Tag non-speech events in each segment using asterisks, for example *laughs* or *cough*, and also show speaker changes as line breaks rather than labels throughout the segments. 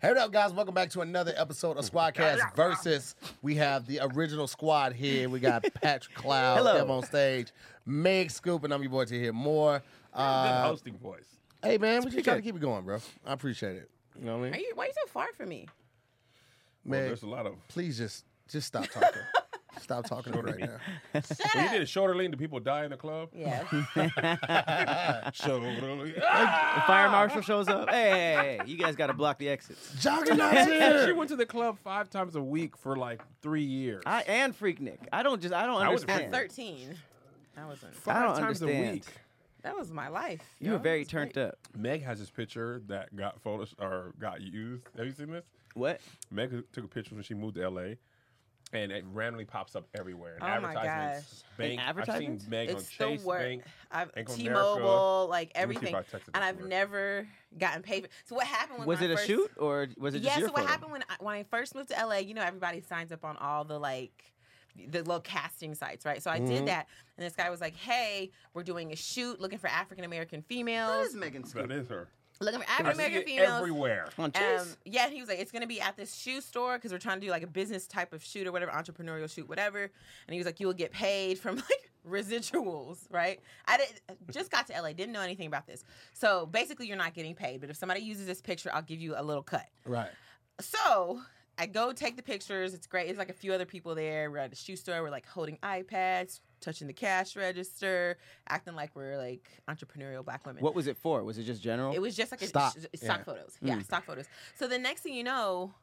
Hey, what up, guys? Welcome back to another episode of Squadcast Versus. We have the original squad here. We got Patrick Cloud
Hello.
Kev on stage, Meg Scoop, and I'm your boy to hear more.
Good
Uh,
hosting voice.
hey, man, we just try to
good.
keep it going, bro. I appreciate it. You know what I
Are
mean?
you, why are you so far from me?
Well,
Meg,
there's a lot of.
please just just stop talking. stop talking to me right now.
Shut
When
up.
he did a shoulder lean, do people die in the club?
Yeah.
*laughs*
Shoulder lean. Ah!
The fire marshal shows up. Hey, hey, hey, you guys got to block the exits.
Juggernaut's
She
here.
went to the club five times a week for like three years.
I and Freak Nick. I don't just. I don't
I was
understand.
Freak Nick.
13. That wasn't.
five
I don't
times a
understand.
week.
That was my life.
You were
yo.
very
It's
turned
great.
up.
Meg has this picture that got photo or got used. Have you seen this?
What?
Meg took a picture when she moved to LA, and it randomly pops up everywhere. In
Oh my
advertisements,
gosh.
Bank.
In
I've
advertisements?
seen Meg
It's
on
the
Chase
work.
Bank.
I've
Bank of
T-Mobile, like
Let me see if
everything,
I texted it
and
to
I've
her.
never gotten paid. for- So what happened when
Was
my
it a
first-
shoot or was it just
yeah.
your
So what
photo?
happened when I, when I first moved to LA? You know, everybody signs up on all the like the little casting sites, right? So I
Mhm.
Mm-hmm.
did that, and this guy was like, "Hey, we're doing a shoot, looking for African American
What
females,
is Megan
That
Scoop?
is her.
looking for
I
African
see
American
it
females."
everywhere.
On Chase?
Um, yeah, and he was like, it's gonna be at this shoe store because we're trying to do like a business type of shoot or whatever, entrepreneurial shoot, whatever. And he was like, you will get paid from *laughs* like residuals, right? I did, just got to LA, didn't know anything about this. So basically, you're not getting paid, but if somebody uses this picture, I'll give you a little cut.
Right.
So I go take the pictures. It's great. It's like a few other people there. We're at a shoe store. We're like holding iPads, touching the cash register, acting like we're like entrepreneurial black women.
What was it for? Was it just general?
It was just like a
Stock.
stock, stock
Yeah.
photos. Yeah, stock photos. So the next thing you know,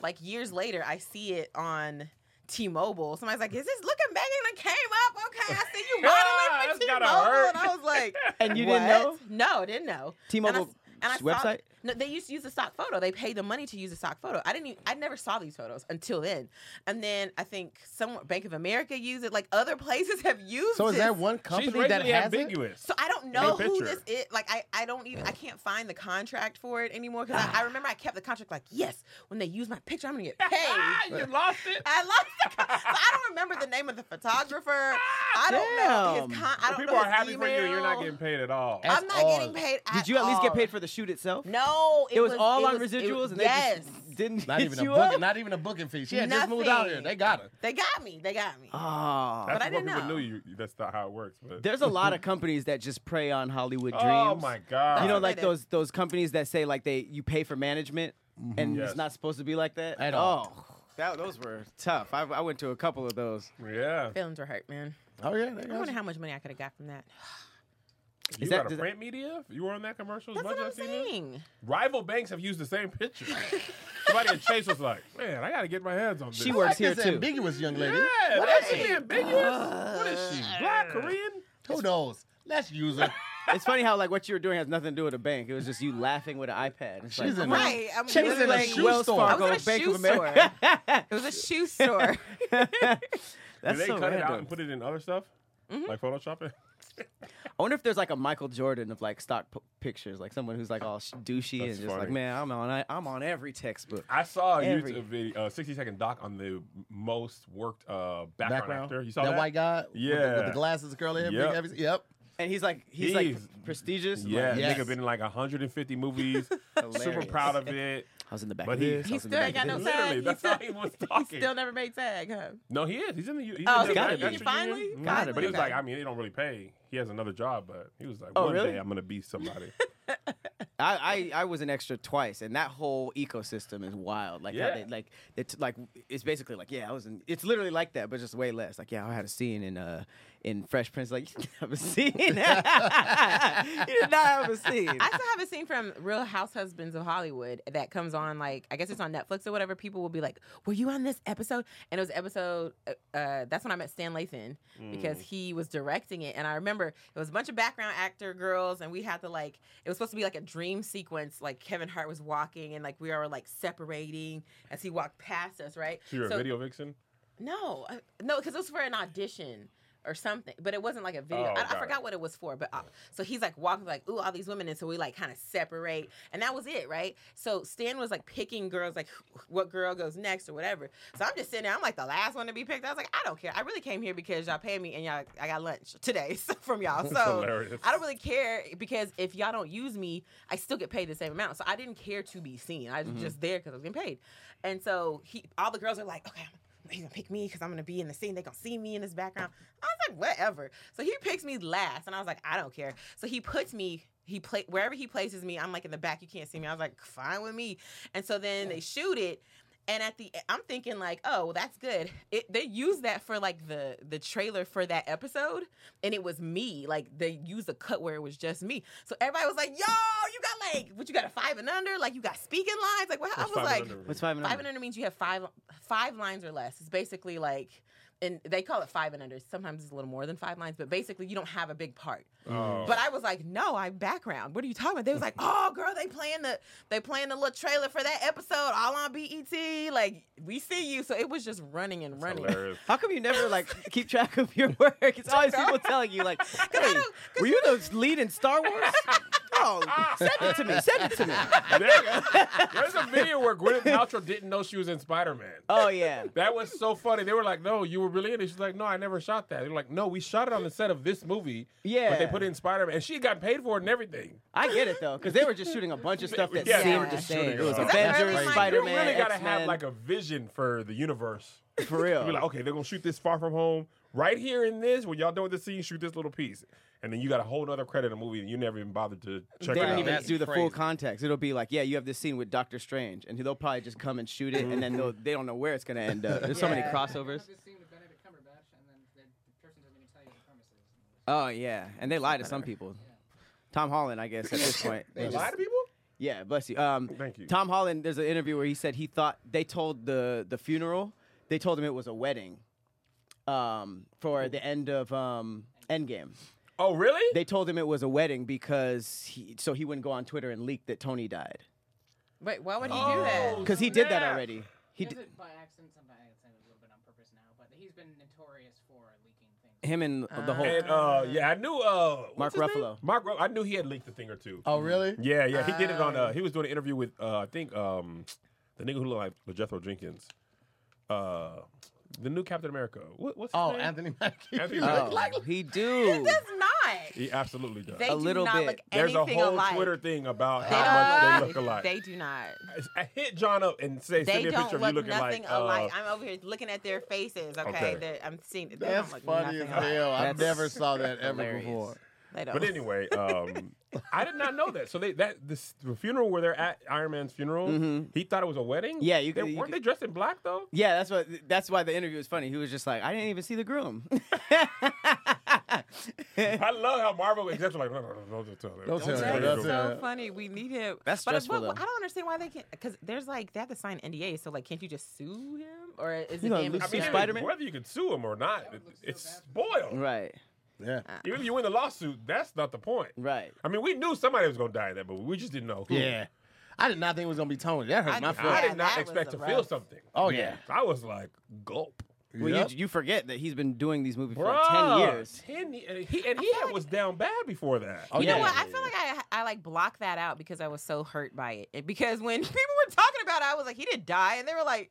like years later, I see it on T-Mobile. Somebody's like, "Is this looking Megan that came up? Okay, I see you
Ah,
modeling for
that's gotta
T-Mobile,"
hurt.
and I was like,
and you
what?
didn't know?
No, I didn't know.
T-Mobile
and I, and I
website?
Saw, no, they used to use the stock photo. They paid the money to use the stock photo. I didn't. Even, I never saw these photos until then. And then I think some Bank of America used it. Like other *laughs* places have used.
So is
this.
there one company
She's
that
racially
has it?
ambiguous.
So I don't know
Any
who
picture.
this is. Like I, I don't even I can't find the contract for it anymore because I, I remember I kept the contract like yes when they use my picture I'm gonna get
Ah,
paid.
you lost it.
I lost the con- so I don't remember the name of the photographer. I don't know his
Damn.
con- I don't
People
know
are
his
happy for you, and you're not
email.
getting paid at all.
At
I'm not
all.
getting paid. At
Did you at least get
all.
paid for the shoot itself?
No, it,
It was all
it
on
was- it-
residuals, and they
yes,
just didn't *laughs*
Not
hit
even a
you
booking,
up?
not even a booking fee. She had just moved out here.
Nothing.
They got her.
they got me. They got me.
Oh.
That's
I
what
didn't
people
know.
knew you. That's not how it works. But
There's a lot of companies that just prey on Hollywood dreams.
oh my god!
You know,
That's
like
right.
those those companies that say like they you pay for management, and
Yes.
it's not supposed to be like that
At all.
Oh, that, those were tough. I, I went to a couple of those.
yeah.
Feelings were hurt, man.
Oh yeah, they
I
got
wonder
her.
how much money I could have got from that.
You
that-
got a
does-
print media? You were on that commercial? as
That's
much
what I'm
as I've seen it?
saying.
Rival banks have used the same *laughs* picture. Somebody at Chase was like, "Man, I got to get my hands on this."
She
I
works
like
here
this
too.
ambiguous young
Yeah,
lady.
that's really ambiguous. what is she? Black Korean?
Who knows? Let's use her.
It's funny how like what you were doing has nothing to do with a bank. It was just you laughing with an iPad. It's
She's
like,
in
come
a-
on.
Right. I'm
She was in a
like
shoe
Wells
store.
Fargo,
I was in a
Bank
shoe
of America. *laughs*
It was a
*laughs*
shoe store. *laughs*
That's
Did they
so
cut it
random.
out and put it in other stuff, like Photoshop it?
I wonder if there's like a Michael Jordan of like stock p- pictures, like someone who's like all sh- douchey and
That's
just like,
funny.
man, I'm on I, I'm on every textbook.
I saw a
Every-
YouTube video, uh, 60 second doc on the most worked uh, background,
Background.
actor. You saw that?
white guy? With the, with
Yeah.
the glasses, the curly hair, big
Yep.
yep. everything. Yep.
And he's like he's, like
He's-
prestigious. like,
Yeah,
Yes.
nigga been in like
*laughs*
150 movies. super
Hilarious.
proud of it.
I was in the back.
But
of
he-
this, I
He
was in the
still
back of
ain't got no
this.
sense.
Literally,
He's
that's
still-
how he
*laughs*
was talking.
Still never made tag, huh?
No, he is. He's in the. He's
Oh,
in the
gotta
actor
be.
union.
Finally?
Mhm.
Gotta
but
be.
he was like, I mean, they don't really pay. He has another job, but he was like,
Oh,
one
really?
day I'm gonna be
*laughs*
somebody.
I, I I was an extra twice, and that whole ecosystem is wild. Like how
Yeah.
they, like it's like it's basically like yeah, I was in. It's literally like that, but just way less. Like yeah, I had a scene in uh in Fresh Prince. Like *laughs* you didn't have a scene. you did not have a scene.
I still have a scene from Real House Husbands of Hollywood that comes on like I guess it's on Netflix or whatever. People will be like, "Were you on this episode?" And it was episode. Uh, uh, that's when I met Stan Lathan
Mm.
because he was directing it, and I remember it was a bunch of background actor girls, and we had to like it was supposed to be like a dream sequence. Like Kevin Hart was walking, and like we were like separating as he walked past us, right?
So you're a
So-
video vixen.
no, I- no, because it was for an audition. or something. But it wasn't like a video.
Oh,
I,
got
I
it.
forgot what it was for. But uh, so he's like walking like, ooh, all these women, and so we like kind of separate, and that was it, right? So Stan was like picking girls, like wh- what girl goes next or whatever. So I'm just sitting there. I'm like the last one to be picked. I was like, I don't care. I really came here because y'all paid me, and y'all I got lunch today *laughs*
*laughs*
from y'all. So
Hilarious.
Oh, I don't really care because if y'all don't use me, I still get paid the same amount. So I didn't care to be seen. I was just there because I was getting paid. And so he, all the girls are like, okay, he's gonna pick me because I'm gonna be in the scene. They're gonna see me in this background. I was like, whatever. So he picks me last, and I was like, I don't care. So he puts me. He play wherever he places me. I'm like in the back. You can't see me. I was like, fine with me. And so then they shoot it. And at the, e, I'm thinking like, oh, well, that's good. It, they used that for like the the trailer for that episode, and it was me. Like they used a cut where it was just me. So everybody was like, yo, you got like, what you got a five and under? Like you got speaking lines? Like what? I was like,
What's five and
Five and
under?
under means you have five five lines or less. It's basically like, and they call it five and under. Sometimes it's a little more than five lines, but basically you don't have a big part.
Oh.
But I was like, no, I background. What are you talking about? They was like, oh, girl, they playing the they playing the little trailer for that episode all on BET. Like we see you, so it was just running and running.
Oh,
*laughs*
Hilarious.
How come you never like keep track of your work? It's always people telling you like, "Hey,
don't- *laughs* 'cause
were you the lead in Star Wars?"
*laughs*
oh, send it to me. Send it to me.
There you go. *laughs* There's a video where Gwyneth Paltrow didn't know she was in Spider Man.
Oh yeah.
That was so funny. They were like, "No, you were really in it." She's like, "No, I never shot that." They're like, "No, we shot it on the set of this movie."
Yeah.
but they put it in Spider Man, and she got paid for it and everything.
I get it though, because they were just shooting a bunch of stuff that
Yeah,
they were
seemed the
just
same.
shooting
It was
it all. That's
Avengers,
really like-
Spider Man,
you really gotta
X-Men,
have like a vision for the universe.
for real.
Be like, oh, okay, they're gonna shoot this Far From Home right here in this. When y'all done with the scene, shoot this little piece, and then you got a whole other credit of the movie, and you never even bothered to check
they
it
didn't
out.
even
That's
do the full
crazy.
context. It'll be like, yeah, you have this scene with Doctor Strange, and they'll probably just come and shoot it, and then they'll, they don't know where it's gonna end up. There's so many
Yeah.
crossovers.
Have this scene with Benedict Cumberbatch, and then the the person doesn't even tell you what the
Oh
premise is.
yeah, and they lie to some people. Tom Holland, I guess at this point, they
They
just-
lie to people.
yeah, bless you. Um,
Thank you.
Tom Holland, there's an interview where he said he thought they told the the funeral, they told him it was a wedding, um, for the end of um, Endgame.
Oh, really?
They told him it was a wedding because he so he wouldn't go on Twitter and leak that Tony died
Wait, why would he do that?
Oh.
because he did that
Snap.
already. He d-
Does it by accident? Sometimes it's a little bit on purpose now, but he's been notorious for leaking things.
him and the whole
and uh, yeah, I knew uh, what's
Mark
his name?
Ruffalo.
Mark, Ruff- I knew he had leaked a thing or two.
Oh, really?
Yeah, yeah. He did it on. Uh, he was doing an interview with uh, I think um, the nigga who looked like Jethro Jenkins, uh, the new Captain America. What, what's his
Oh,
name?
Anthony Mackie. *laughs*
Anthony
Oh,
Mackie.
he do.
That's not.
He absolutely does.
They
A
do
little
not
bit.
look
There's a
anything
whole
alike.
Twitter thing about
They
how
don't
much they
look
look alike.
They do not.
I hit John up and say,
They
send me a
don't
picture of you
look
looking
nothing
like.
alike.
Uh,
I'm over here looking at their faces. Okay,
Okay.
They're- I'm seeing. They
That's
don't look
funny as
nothing alike.
hell. I
That's
never saw that ever
hilarious.
before.
They don't.
but anyway, um, I did not know that. So they that this the funeral where they're at Iron Man's funeral, he thought it was a wedding.
Yeah, you
they,
could- you
weren't
could-
they dressed in black though.
Yeah, that's what. That's why the interview was funny. He was just like, I didn't even see the groom. *laughs*
I love how Marvel execs are like, no, no, no, don't tell them.
Don't tell
That
them,
is
don't
so
tell them.
funny. We need him.
That's
but,
stressful,
but
though.
I don't understand why they can't. Because there's like they have to sign NDA. So like, can't you just sue him? Or is
You
it
gonna
damage?
lose
I mean,
done?
Spider-Man? Mm.
Whether you can sue him or not, it- it's spoiled.
right,
Yeah.
Ah.
Even if you win the lawsuit, that's not the point.
right.
I mean, we knew somebody was going to die in that movie. We just didn't know who.
Yeah. I did not think it was gonna be Tony. That hurt
I
my
did-
feelings.
I
Yeah,
did not
that
expect
was
to
a
feel
rough-
something.
Oh yeah.
I was like, gulp.
Well,
Yep.
you, you forget that he's been doing these movies for like
Bruh,
ten years.
10 ye- and he, and he had, was down bad before that.
Oh,
You
yeah.
know what? I feel like I I like blocked that out because I was so hurt by it. it. Because when *laughs* people were talking about it, I was like, he did die, and they were like,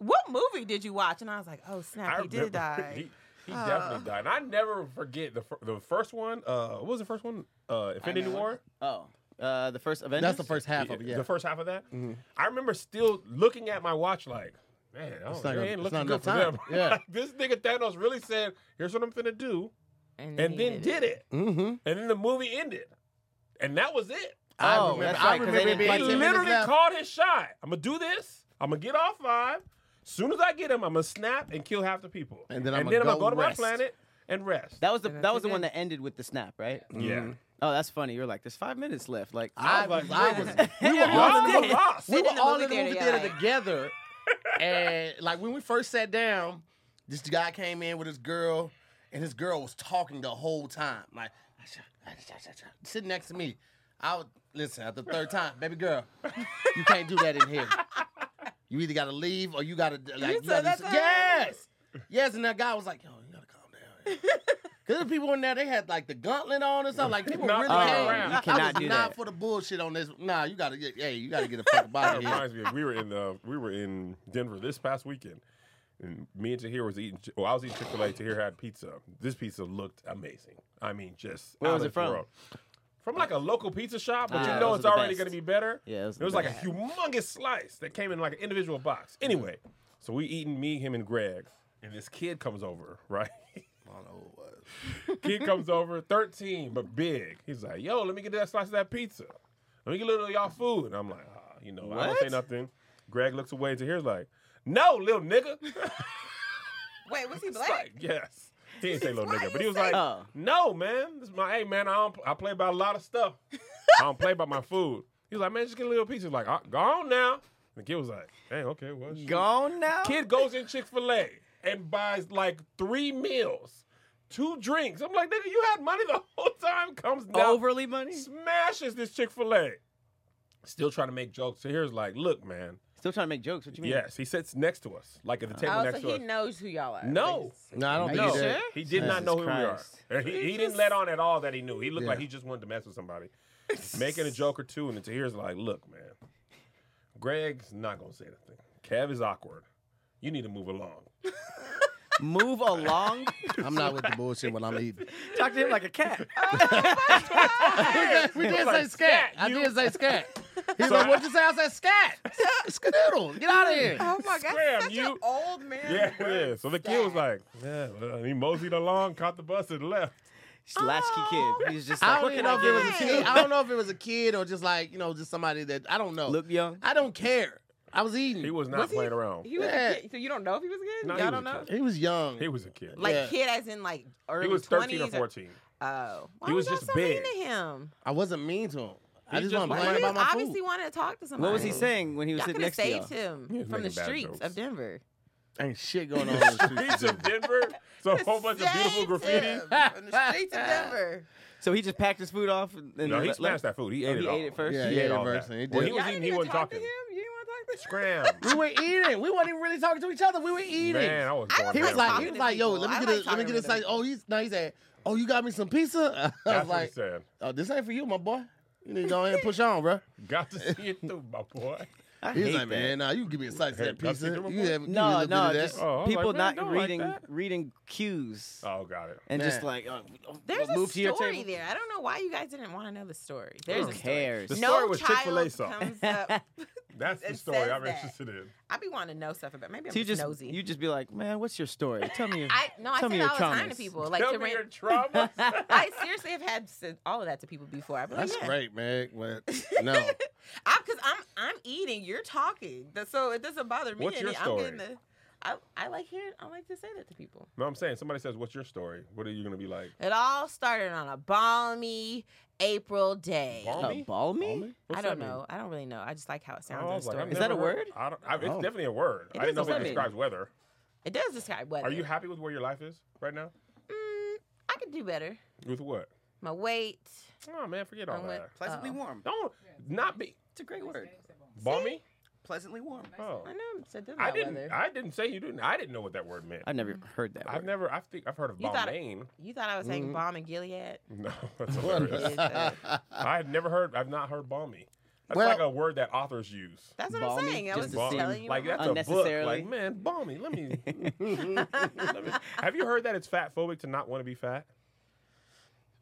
what movie did you watch? And I was like, oh snap, he did
remember-
die.
*laughs* He, he definitely died. And I never forget the fir- the first one. Uh, what was the first one? Uh, Infinity
know.
War.
Oh, uh, the first Avengers.
That's the first half of it. Yeah. Mm-hmm.
The first half of that. I remember still looking at my watch like, man, I don't,
not
it
gonna-
ain't
it's
looking
not enough
good for them.
time. Yeah.
*laughs* Like, this nigga Thanos really said, here's what I'm finna do, and
he
then did it.
Mm-hmm.
And then the movie ended. And that was it.
Oh, that's right, 'cause they didn't
being
fight
He
Like, ten
literally called his shot. I'm gonna do this. I'm gonna get off five. Soon as I get him, I'm gonna snap and kill half the people.
And then I'ma
I'm gonna
go
go to my
rest.
planet and rest. Mm-hmm.
That was the
And
that
that's
was the
it.
one that ended with the snap, right?
yeah.
Oh, that's funny. You're like, there's five minutes left. Like,
I
was
was,
like,
I was, we were
Everyone
all in
Y'all
the
were
did.
movie,
lost.
we
Sitting
were
in the
all
movie
in the movie
theater,
theater
*laughs*
together, and like when we first sat down, this guy came in with his girl, and his girl was talking the whole time, like sitting next to me. I would listen at the third time, baby girl, you can't do that in here. You either gotta leave or you gotta like
said
gotta-
that to her?
yes, yes. And that guy was like, yo, you gotta calm down.
*laughs*
Because people in there, they had like the gauntlet on or something. Like people
Not
really
playing
came.
around. You
I was
cannot do
not
that.
for the bullshit on this. Nah, you gotta get. Hey, you gotta get the fuck
*laughs*
out
That
of here.
reminds me. Of, we were in the we were in Denver this past weekend, and me and Tahir was eating. Well, I was eating Chick Fil A. Tahir had pizza. This pizza looked amazing. I mean, just
Where
out
was
of
it from?
this world. From like a local pizza shop, but
Ah,
you know
those
it's
are the
already
best.
going to be better.
*laughs* Yeah, those are
it was
the
like
best.
a humongous slice that came in like an individual box. Anyway, so we eating me, him, and Greg, and this kid comes over, *laughs* right?
I don't know what it was.
Kid comes over, 13, but big. He's like, yo, let me get that slice of that pizza. Let me get a little of y'all food. And I'm like, ah, you know, I don't say
What?
nothing. Greg looks away to here's like, no, little nigga. *laughs*
Wait, was he
It's like,
black?
yes. He didn't say little
Why
nigga,
you
but he was
say-
like,
Oh.
no, man. This is my, hey, man, I don't, I play about a lot of
*laughs*
stuff. I don't play about my food. He was like, man, just get a little pizza. He's like, "Ah, go on now. And the kid was like, dang, okay, well,
*laughs*
shit."
Gone now.
Kid goes in Chick Fil A and buys like three meals, two drinks. I'm like, nigga, you had money the *laughs* whole time. Comes down,
overly money.
smashes this Chick Fil A. Still trying to make jokes. So here's like, look, man.
Still trying to make jokes. What you mean?
Yes, he sits next to us, like at the table
Oh,
next
so
to
he
us.
knows who y'all are.
No.
No, I don't
Are
think
you
he
No,
did.
sure?
he did not
Jesus
know who
Christ.
we are. He, he
It
didn't
just-
let on at all that he knew. He looked like
Yeah.
he just wanted to mess with somebody, making a joke or two. And Tahir's like, "Look, man, Greg's not gonna say anything. Kev is awkward. You need to move along."
Move along.
I'm not with the bullshit when I'm eating.
Talk to him like a cat.
*laughs*
we
He
did
was
say
like,
scat.
"Scat,
I
you."
did say scat.
*laughs*
He's
So
like,
I-
what'd you say? I said scat. Skadoodle. Get out of here.
*laughs* Oh my god,
Scram,
such an
you-
old man.
Yeah,
word.
yeah. So the kid was like, yeah, well," and he moseyed along, caught the bus, and left.
Just Latchkey kid. He's just like,
Oh. I don't
what
even
can
know if it was
I
a
get?
kid. I don't know if it was a kid or just like, you know, just somebody that I don't know.
Look young.
I don't care. I was eating.
He was not
Was he-
playing around.
He was a
Yeah.
kid, so you don't know if he was a kid?
No, he
Y'all
was
don't
a
know?
kid.
He was young.
He was a kid.
Like
Yeah.
kid as in like early
he was 13 or
20s
14. *laughs*
Oh, why
He was
was, y'all
just
so
big.
mean to him?
I wasn't mean to him. I
He
just
just
wasn't
was-
playing
he
about my
obviously
food.
wanted to talk to somebody.
What was he saying when he was
Y'all
sitting
could have
next to you?
saved him
He was
from the
making bad
streets
jokes.
of Denver.
Ain't shit going on. in the streets.
Streets of Denver. So a whole bunch of beautiful
Saved
graffiti.
him From
*laughs*
the streets of Denver.
So he just packed his food off and and
No, he
le-
smashed
left?
that food. He
Oh,
ate
he
it all.
ate it first?
Yeah,
he
he
ate
ate it
all
first,
that.
and he did
When he
it.
was
Y'all
eating,
didn't
he
even
wasn't
talk
talking.
to him. You didn't want to talk to him.
Scram.
*laughs* *laughs* we were eating. We weren't even really talking to each other. We were eating.
Man, I was
I
going
was
He was
down.
like,
Like talking
he was
to
like, yo,
people.
let me
I
get
like
a, let me
talking
get
to
a slice.
people.
Oh, he's no, he said, oh, you got me some pizza. *laughs* I
That's
was
what he
like,
said.
oh, this ain't for you, my boy. You need to go ahead and push on, bro.
Got to see it through, my boy.
I
He was
hate
like,
that.
man, nah, you give me a slice of
Hey,
that
can I see
pizza.
the
You
remote?
have, give me a
No,
little
no,
bit of
just *laughs*
that.
Oh, I was like,
people
man, don't
not
like
reading
that.
reading cues
Oh, got it.
and just
Man.
like uh,
There's a
move to your
story
table.
there. I don't know why you guys didn't want to know the story. There's
Who
a story.
cares?
The
no
story was
child
Chick-fil-A sauce.
comes up.
That's the
It
story
says
I'm
that.
interested in.
I be wanting to know stuff about. Maybe I'm
So you
just
just
nosy.
you just be like, man, what's your story? Tell me. Your,
I no, I
tell
say
me
that
your
all the time to
traumas.
people. Like
Tell
to
me
ran- *laughs*
your trauma.
I seriously have had s- all of that to people before. i be like,
That's
yeah.
great, man. But
*laughs*
no,
I'm because I'm I'm eating, you're talking, That- so it doesn't bother me.
What's your
any.
story?
I'm getting the, I I like hearing. I like to say that to people.
no, I'm saying somebody says, "What's your story?" What are you gonna be like?
It all started on a balmy April day.
Balmy?
A ball me?
I
What's that
don't
mean?
know. I don't really know. I just like how it sounds
Oh, I
in a
was like,
story.
I've
Is that a
never heard-
word?
I don't, I, it's
Oh.
definitely a word.
It
I didn't
is
know
a
if it
word.
describes weather.
It does describe weather.
Are you happy with where your life is right now?
Mm, I could do better.
With what? my
My weight.
Oh man, forget all
I'm with-
that.
Pleasantly Oh.
warm.
Don't not be
It's a great
Nice
word.
day, said Bumble.
balmy.
Pleasantly warm.
Oh,
I know. It said this
I
about
didn't.
weather.
I didn't say you didn't. I didn't know what that word meant.
I've never
Mm.
heard that.
I've
Word.
never. I think I've heard of
You thought-
Balmain.
you thought I was saying
Mm-hmm.
Mhm.
bomb and Gilead?
*laughs* No,
*laughs*
that's
It
hilarious.
is, uh,
I had never heard. I've not heard balmy. That's
Well-
like a word that authors use.
that's what
Balmy,
I'm saying. I
just
was
to
just
see.
telling you.
like
about
that's a book.
Unnecessarily.
Like man, balmy. Let me, let me- Have you heard that it's fat phobic to not want to be fat?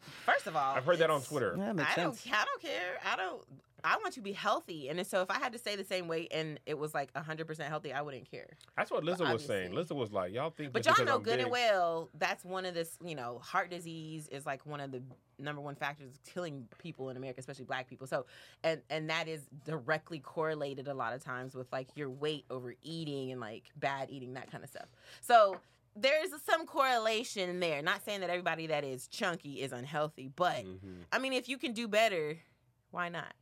*laughs* First of all,
I've heard that on
it's-
Twitter.
That makes
I don't.
sense.
I don't care. I don't. I want you to be healthy, and so if I had to stay the same weight and it was like hundred percent healthy, I wouldn't care.
That's what Lizzo was saying. Lizzo
obviously.
was like, y'all think.
But
just
y'all
because
know
I'm
good and
big- *laughs*
well that's one of this. You know, heart disease is like one of the number one factors killing people in America, especially Black people. So, and and that is directly correlated a lot of times with like your weight, overeating, and like bad eating, that kind of stuff. So. There's some correlation there. Not saying that everybody that is chunky is unhealthy, but
Mhm.
I mean, if you can do better, why not?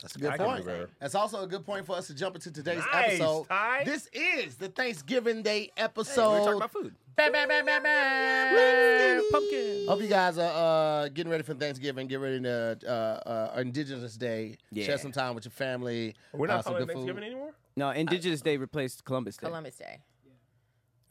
that's a good
I can do
point.
better.
That's also a good point for us to jump into today's
Nice,
episode.
Ty.
This is the Thanksgiving Day
So we were
episode.
talking about food.
Bam, bam, bam, bam, bam.
Pumpkin.
Hope you guys are uh, getting ready for Thanksgiving. Get ready to uh, uh, Indigenous Day.
Yeah.
Share some time with your family.
We're not
uh, some
calling it
good food.
Uh,
Thanksgiving anymore.
*laughs*
No, Indigenous Day replaced Columbus Day.
Columbus Day.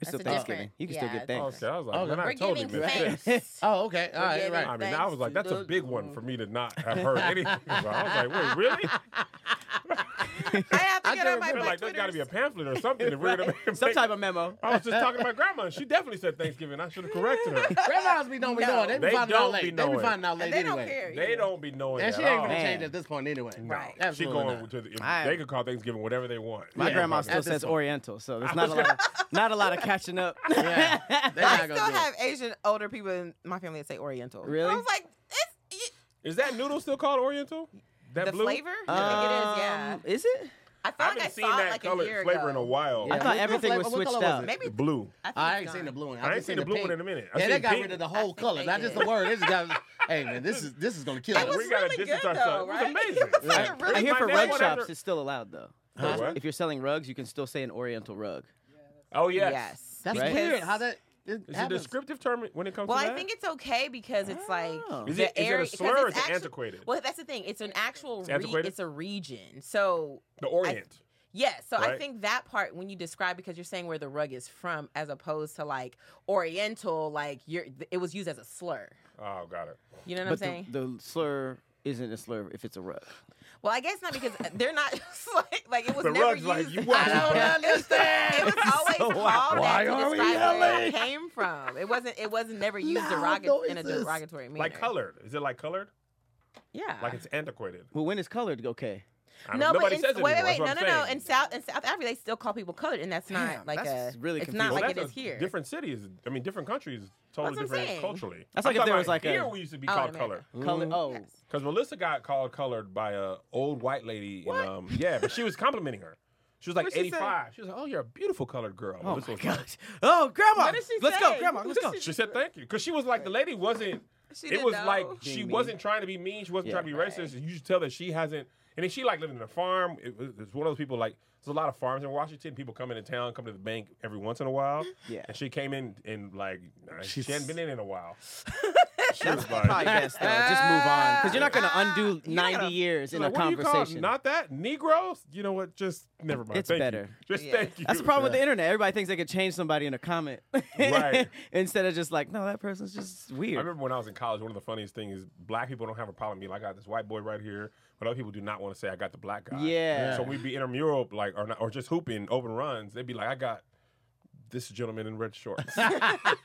It's still
That's a different-
Thanksgiving. You can still
yeah,
get
it's-
Oh,
thanks.
okay, I was like,
Okay.
man, I
We're
told you,
giving
man. *laughs*
thanks.
Oh, okay. All
We're
right,
giving
right.
I mean, I was like,
Thanks
that's a
to
big
the
one for me to not have heard anything. About. I was
*laughs*
like, wait, really?
*laughs* I have to
I
get
can
on
remember,
my
Feel
my
like there's got to be a pamphlet or something.
*laughs*
To right. make,
Some type of memo.
I was just talking to my grandma. and She definitely said Thanksgiving. I should have corrected
*laughs*
her.
Grandmas be don't be
No.
knowing. They be
They
finding
don't
out
be
late. They be
knowing.
finding out late
And they
anyway.
don't care.
They
either.
don't be knowing
And she
at
ain't
all.
gonna
Man.
change at this point anyway.
No.
Right.
She
Absolutely
going
not.
to the.
I-
they could call Thanksgiving whatever they want.
My
Yeah.
grandma still
At this
says
point.
Oriental, so there's not a lot, of, not a lot of catching up.
*laughs* Yeah. They
I
not
still
gonna do it.
have Asian older people in my family that say Oriental.
Really?
I was like, it's
Is that noodle still called Oriental? That
the
blue?
flavor. I
*laughs* Um,
think it is. Yeah.
Is it?
I
I
feel
haven't
like I
seen
saw it
that
like
color
a year
flavor
ago.
in a while.
I
Yeah,
thought
what
everything
flavor-
was
what
switched
color was
out.
it?
Maybe
Blue.
think
I
it's
ain't seen
gone.
the blue one.
I ain't
just
seen the blue
pink.
one in a minute. I
Yeah, they
seen
got
pink.
rid of the whole
think
color.
they
Not just
did.
the word. This got. Hey man, this is this is gonna kill
It
us.
was
we gotta
really
distance
good,
ourselves.
though,
It was
right?
amazing.
*laughs* It was like a really
I hear
My
for
dad
rug
went
shops,
after-
it's still allowed though.
Huh?
If-
What?
If you're selling rugs, you can still say an Oriental rug.
Oh yes.
Yes.
That's
Right?
weird. How that it
Is it a
happens. *laughs*
descriptive term when it comes
Well,
to that?
I think it's okay because it's like
Oh.
Is
the
it- is it a
area- 'cause
slur or
it's
is it
actu-
antiquated?
Well, that's the thing. It's an actual. It's,
antiquated?
it's a region. So
the Orient.
yes. So I
Right.
think that part when you describe because you're saying where the rug is from, as opposed to like Oriental, like you're it was used as a slur.
oh, got it.
You know what I'm
But the,
saying?
the slur isn't a slur if it's a rug.
well, I guess not because uh, they're not *laughs* it's like, like *laughs* it was
The
never
rug's
used.
like, you
I don't
Yeah.
understand.
It was always
So
called
why-
why
that
are
to
we
describe where
yelling?
it came from. It wasn't. It wasn't never used
Loud
derogatory in a
noises.
derogatory manner.
Like colored. Is it like colored?
Yeah.
Like it's antiquated.
Well, when is colored okay?
I don't-
No, but
nobody
in,
says it
wait,
anymore.
wait, wait,
That's
no,
what
no,
I'm
no.
saying.
In South in South Africa, they still call people colored, and that's not
Damn,
like
that's
a
really
It's
confusing.
not
Well,
like it
that's
is
a-
here.
Different cities. I mean, different countries. Totally
what I'm
different
saying.
culturally.
That's
I'm
like if
talking
there was
about
like a-
here we used to be
Oh, in
callred
America.
colored.
Colored. Oh,
Yes.
Because Melissa got called colored by a old white lady. in, um, yeah, but she was complimenting her. She was like
What'd she say?
85. She was like, "Oh, you're a beautiful colored girl."
oh
Melissa
my
was like-
gosh! Oh, grandma!
What did she
Let's go,
say?
grandma! Let's go.
Oh, She said thank you because she was like the lady wasn't.
She
it
didn't
was
know.
like she
Being mean.
wasn't trying to be mean. She wasn't
Yeah.
trying to be racist. You should tell that she hasn't. And then she like living in a farm. It was, it's one of those people like there's a lot of farms in Washington. People come into town, come to the bank every once in a while.
Yeah.
And she came in and like uh, she
She's-
hadn't been in in
*laughs*
a while. she
That's
was
probably
like,
best though. Just move on, because Ah, you're not gonna undo
You're not
90
gonna-
years in a
what do you call it?
conversation.
Not that Negroes. You know what? Just never mind.
It's
Thank you.
better.
Just
Yeah.
thank you.
That's the problem with the internet. Everybody thinks they could change somebody in a comment,
Right.
*laughs* Instead of just like, no, that person's just
I
weird.
remember when I was in college, one of the funniest things is black people don't have a problem being like, I got this white boy right here, but other people do not want to say I got the black guy.
Yeah.
So we'd be intramural, like, or not, or just hooping open runs. They'd be like, I got this gentleman in red shorts.
*laughs*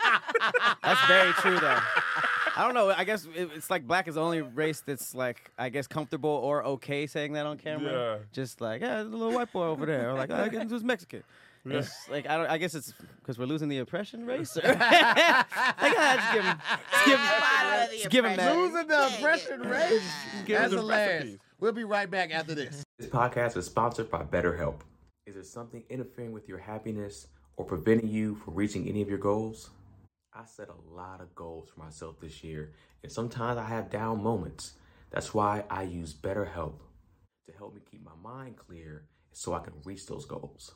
That's very true, though.
*laughs*
I don't know. I guess it, it's like black is the only race that's like, I guess, comfortable or okay saying that on camera.
Yeah.
Just like, yeah, the little white boy over there, or like, "Oh, I guess who's Mexican. It's like I don't. I guess it's because we're losing the oppression race.
*laughs*
Or- *laughs* like, I just give him, just give him,
Out of the
just give him that.
oppression.
Losing the oppression race.
Give
That's
them
the
hilarious.
recipes.
We'll be right back after this.
This podcast is sponsored by BetterHelp. Is there something interfering with your happiness or preventing you from reaching any of your goals? I set a lot of goals for myself this year, and sometimes I have down moments. That's why I use BetterHelp to help me keep my mind clear so I can reach those goals.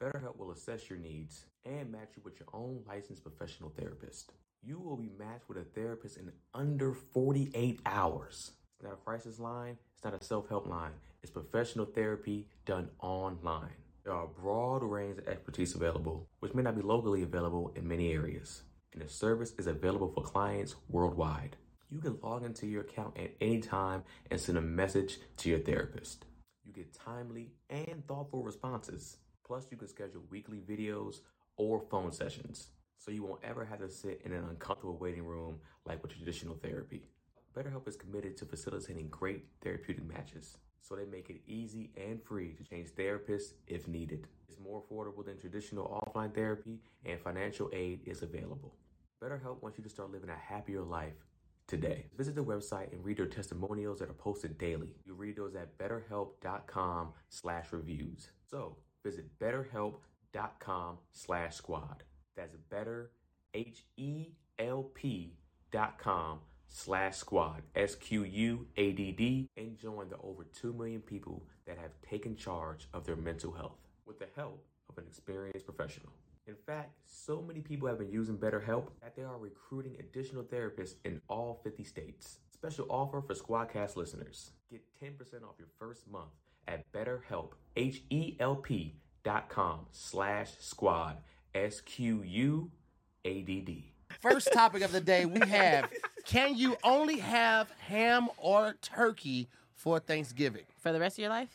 BetterHelp will assess your needs and match you with your own licensed professional therapist. You will be matched with a therapist in under 48 hours. It's not a crisis line, it's not a self help line, it's professional therapy done online. There are a broad range of expertise available, which may not be locally available in many areas. And the service is available for clients worldwide. You can log into your account at any time and send a message to your therapist. You get timely and thoughtful responses. Plus, you can schedule weekly videos or phone sessions, so you won't ever have to sit in an uncomfortable waiting room like with traditional therapy. BetterHelp is committed to facilitating great therapeutic matches, so they make it easy and free to change therapists if needed. It's more affordable than traditional offline therapy, and financial aid is available. BetterHelp wants you to start living a happier life today. Visit the website and read their testimonials that are posted daily. You read those at betterhelp.com slash reviews. So visit betterhelp.com slash squad. That's better H E L P dot com slash squad S Q U A D D and join the over two million people that have taken charge of their mental health with the help of an experienced professional. In fact, so many people have been using BetterHelp that they are recruiting additional therapists in all 50 states. Special offer for Squadcast listeners. Get 10% off your first month E at BetterHelp, H-E-L-P dot com slash squad, S Q U A D D.
First topic of the day we have can you only have ham or turkey for Thanksgiving?
for the rest of your life.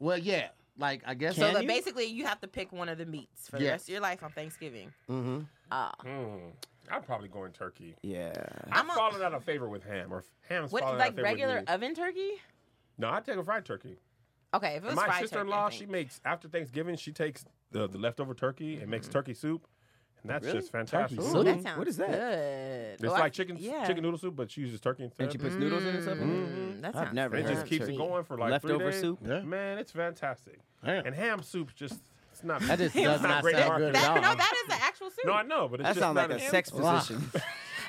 Well, yeah. Like I guess
So
Can
like,
you?
basically, you have to pick one of the meats for the
Yeah.
rest of your life on Thanksgiving.
Mm-hmm.
Ah,
Mm, I'm probably going turkey.
Yeah.
I'm
I'm a-
falling out of favor with ham, or ham's
what
falling out of
like
favor
regular
with me.
oven turkey?
No, I take a fried turkey.
Okay, if it was
My
fried
sister-in-law,
turkey, I
she
think.
makes after Thanksgiving, she takes the, the leftover turkey and
Mm-hmm.
makes turkey soup, and that's
Really?
just fantastic.
Turkey
Ooh,
soup?
that
What
sounds
is that?
Good.
It's
Oh, I-
like chicken
yeah.
chicken noodle soup, but she uses turkey instead.
And she puts noodles in or something?
Mm, that
I've
sounds
never
it
heard
good.
just
of
keeps it
turkey.
going for like three
Leftover
days.
soup?
Yeah.
Man, it's fantastic.
Yeah.
And ham soup just it's not.
That just
*laughs* it's
does not
great
sound
marketing.
good at
That,
all.
no, that is the actual soup.
No, I know, but it's
That
just
sounds
not
like a
ham-
sex
Wow.
position.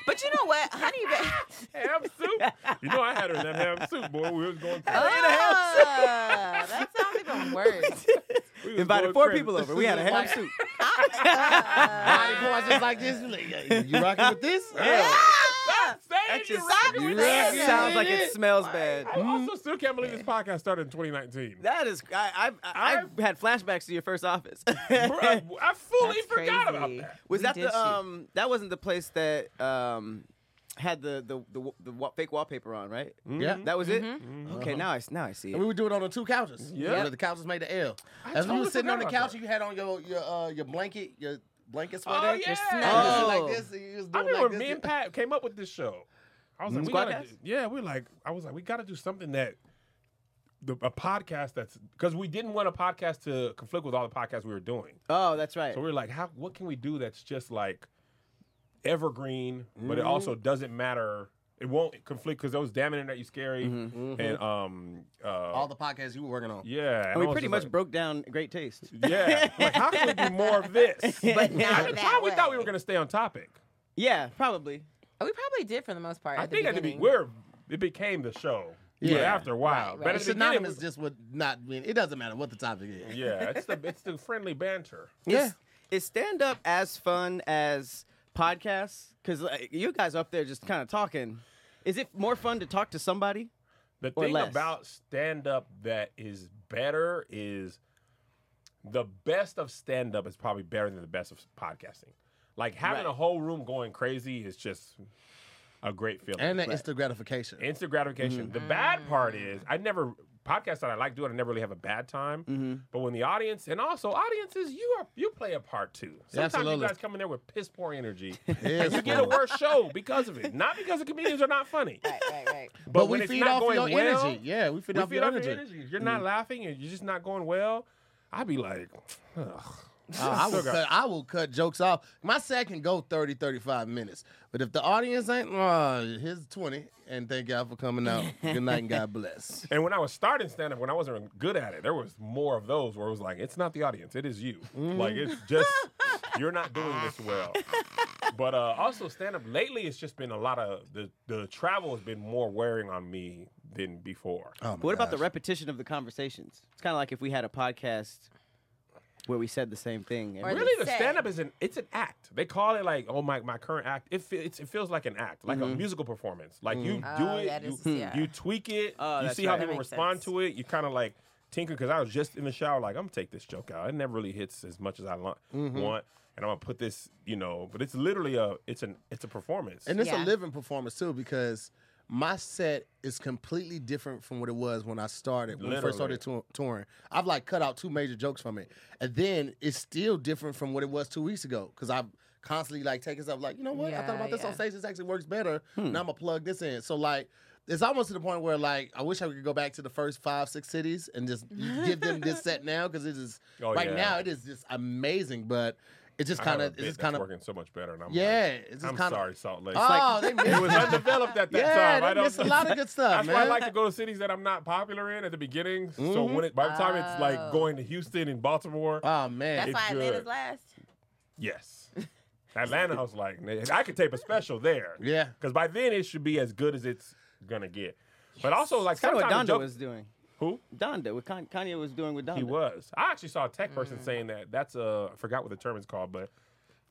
but you know what, honey?
*laughs*
Ba-
ham
*laughs*
soup. You know, I had her in that ham soup, boy. We was going. crazy.
Ah, *laughs* that sounds
*laughs*
*laughs*
even worse.
We was
Invited
going
four
crazy.
people over. *laughs*
*laughs*
We had a ham soup.
Body
*laughs*
parts just like this. You like, You rocking with
*laughs*
this?
Ah!
That just
rocking with
that
it.
sounds like
Yeah.
it smells bad.
I also still can't believe this podcast started in 2019.
That is, I, I, I, I've had flashbacks to your first office. *laughs*
Bruh, I fully
That's
forgot about
crazy.
that.
Was
We
that
did
the
shoot.
um? That wasn't the place that um had the the the, wa- the wa- fake wallpaper on, right?
Yeah.
That was it. Okay, now I s- now I see
Mm-hmm. And we
it.
would do it on the two couches.
Yeah.
You know, the couches made the L. As we
totally
were sitting on the
forgot about
couch, you had on your your uh, your blanket, your blanket
Oh,
sweater.
yeah.
And
Oh.
you was like this. and you was
I
doing
remember
like
when
this.
me and Pat came up with this show. I was like,
Mm,
we
Squadcast?
gotta, do- yeah, we like, I was like, we gotta do something that the, a podcast that's because we didn't want a podcast to conflict with all the podcasts we were doing.
Oh, that's right.
So we were like, how what can we do that's just like evergreen, but it
Mm-hmm.
also doesn't matter. It won't conflict because those damn internet you scary
Mm-hmm.
and um uh
all the podcasts you were working
*laughs*
on.
yeah.
And we
I was
pretty
just
much
like,
broke down great *laughs* taste.
*laughs*
Yeah. Like, how can we do more of this? At
But not
the
that
time, we thought we
way.
were going to stay on topic.
Yeah, probably.
Oh, we probably did for the most part.
I
at
think
the
at the be,
beginning.
we're, it became the show. Yeah.
Yeah.
after a while.
Right, right.
But at
It's
the beginning, it
synonymous
was-
just with not being. It doesn't matter what the topic is.
yeah, it's the, it's the friendly banter.
Is, is stand up as fun as podcasts? Because like, you guys up there just kind of talking. Is it more fun to talk to somebody?
The
Or
thing
less.
about stand up that is better is the best of stand up is probably better than the best of podcasting. Like having
Right.
a whole room going crazy is just a great feeling.
And Mm-hmm. the instant gratification.
Instant gratification. The bad part is I never podcasts that I like doing. I never really have a bad time.
Mm-hmm.
But when the audience and also audiences, you are you play a part too. Sometimes
Absolutely.
you guys come in there with piss
*laughs*
poor energy,
Piss
and you get a
poor.
worse show because of it. Not because the comedians are not funny,
right,
*laughs*
right, right.
but,
but
when
we
it's
feed
not
off
going
your
well,
energy. Yeah, we feed
we
off
feed
your
off
energy. Mm.
your energy. If you're not laughing and you're just not going well, I'd be like, ugh.
Uh, I, will cut, I will cut jokes off. My set can go 30, 35 minutes. But if the audience ain't, uh, here's 20. And thank y'all for coming out. Good night and God bless.
And when I was starting stand up, when I wasn't good at it, there was more of those where it was like, it's not the audience, it is you.
Mm-hmm.
Like it's just you're not doing this
*laughs*
well. But uh, also stand up lately, it's just been a lot of the the travel has been more wearing on me than before.
Oh, my
*laughs* What about the
gosh.
repetition of the conversations? It's kind of like if we had a podcast where we said the same thing.
Or
every-
Really, the
Say.
stand up is an it's an act. They call it like, oh my, my current act. It fe- it's, it feels like an act, like
Mm-hmm.
a musical performance. Like you do
Oh,
it,
that
you,
is- yeah.
you tweak it,
Oh,
you
that's
see how
right. That
people
makes
respond
sense.
to it. You kind of like tinker because I was just in the shower, like I'm gonna take this joke out. It never really hits as much as I lo-
Mm-hmm.
want, and I'm gonna put this, you know. But it's literally a it's an it's a performance.
And it's a
Yeah.
living performance too, because my set is completely different from what it was when I started. When we first
Literally.
started tou- touring, I've like cut out two major jokes from it, and then it's still different from what it was two weeks ago because I've constantly like taking stuff like, you know what, I thought
Yeah,
about this on
yeah.
stage. This actually works better.
Hmm.
Now I'm gonna plug this in. So like. It's almost to the point where, like, I wish I could go back to the first five, six cities and
*laughs*
just give them this set now because it is
Oh,
right
yeah.
now it is just amazing. But it just
I have
kind
a
of,
bit
it's just
that's
kind of,
working so much better. And I'm
yeah,
like,
it's just
I'm
kind of.
sorry, Salt Lake.
Oh, *laughs* they missed
*laughs* it was undeveloped at that
yeah,
time. I
they
don't
missed a lot of good stuff,
That's why I
man.
like to go to cities that I'm not popular in at the beginning. So
Mm-hmm.
when it, by the time it's
Oh.
like going to Houston and Baltimore,
oh man,
That's
It's
why Atlanta's
good.
last. *laughs*
*laughs*
yes. Atlanta, I was like, "Man, I could tape a special there.
Yeah.
Because by then it should be as good as it's gonna get. But also like
It's kind of what
sometimes
Donda
joke-
was doing.
who
Donda, what Kan- Kanye was doing with Donda.
*laughs* he was. I actually saw a tech
Mm.
person saying that. That's a I forgot what the term is called, but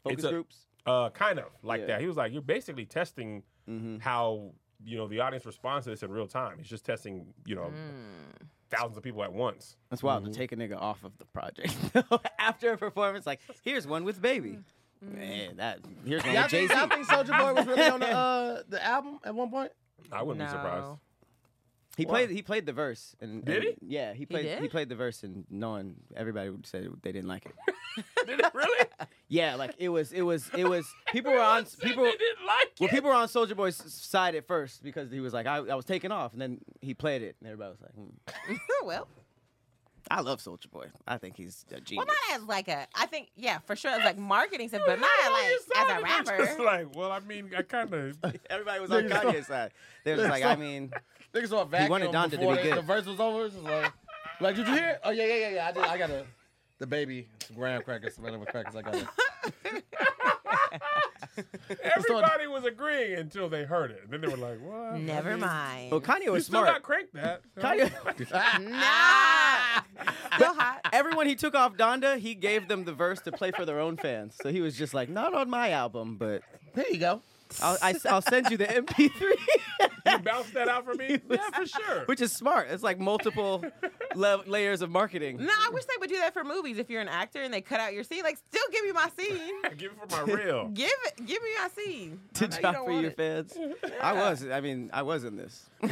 Focus
it's a-
groups.
Uh, kind of like
Yeah. Mm-hmm.
that. He was like, "You're basically testing
Mm.
how you know the audience responds to this in real time. He's just testing, you know, thousands of people at once.
That's wild to take a nigga off of the project *laughs* after a performance. Like, here's one with baby. Man, that here's one
Y'all
with Jay
think,
Z.
y'all think Soldier Boy was really
*laughs*
on the uh, the album at one point?
I wouldn't be surprised.
No.
He played he played the verse and
Did
and- Yeah, he played
did?
played the verse and no one everybody would say they didn't like it.
*laughs* Did it really?
*laughs* Yeah, like it was it was it was people were
*laughs*
on people
didn't like
*laughs* well people were on Soldier Boy's side at first because he was like I, I was taking off and then he played it and everybody was like hmm.
well,
I love Soldier Boy. I think he's a genius.
well, not as like a. I think yeah, for sure. As like marketing stuff, but not like as a
*laughs*
*laughs* Just
rapper.
like, well, I mean, I kind of.
*laughs* everybody was on
Niggas don't-
Kanye's side. They
*laughs*
was like I mean
Niggas saw a vacuum
wanted Donda to
before
be
they-
good.
the verse was over. It's just like, like, did you hear? it? Oh yeah, yeah, yeah, yeah. I, did, I got a the baby some graham crackers, some whatever crackers. I got *laughs* it.
Everybody was agreeing until they heard it. And then they were like, well. I
Never
mean,
mind.
well Kanye
You
was
still got
smart.
cranked that.
Kanye
Nah. Still hot.
Everyone he took off Donda, he gave them the verse to play for their own fans. So he was just like, not on my album, but
There you go.
I'll, I, will send you the MP3,
You *laughs* bounced that out for me? yeah, for sure.
*laughs*
*laughs*
which is smart. It's like multiple le- layers of marketing.
No, I wish they would do that for movies. If you're an actor and they cut out your scene, like still give me my scene.
Give it for my
*laughs*
real.
Give it, give me my scene. I
to
know you
drop
don't
for
want
your
it.
fans.
*laughs*
I was, I mean, I was in this.
I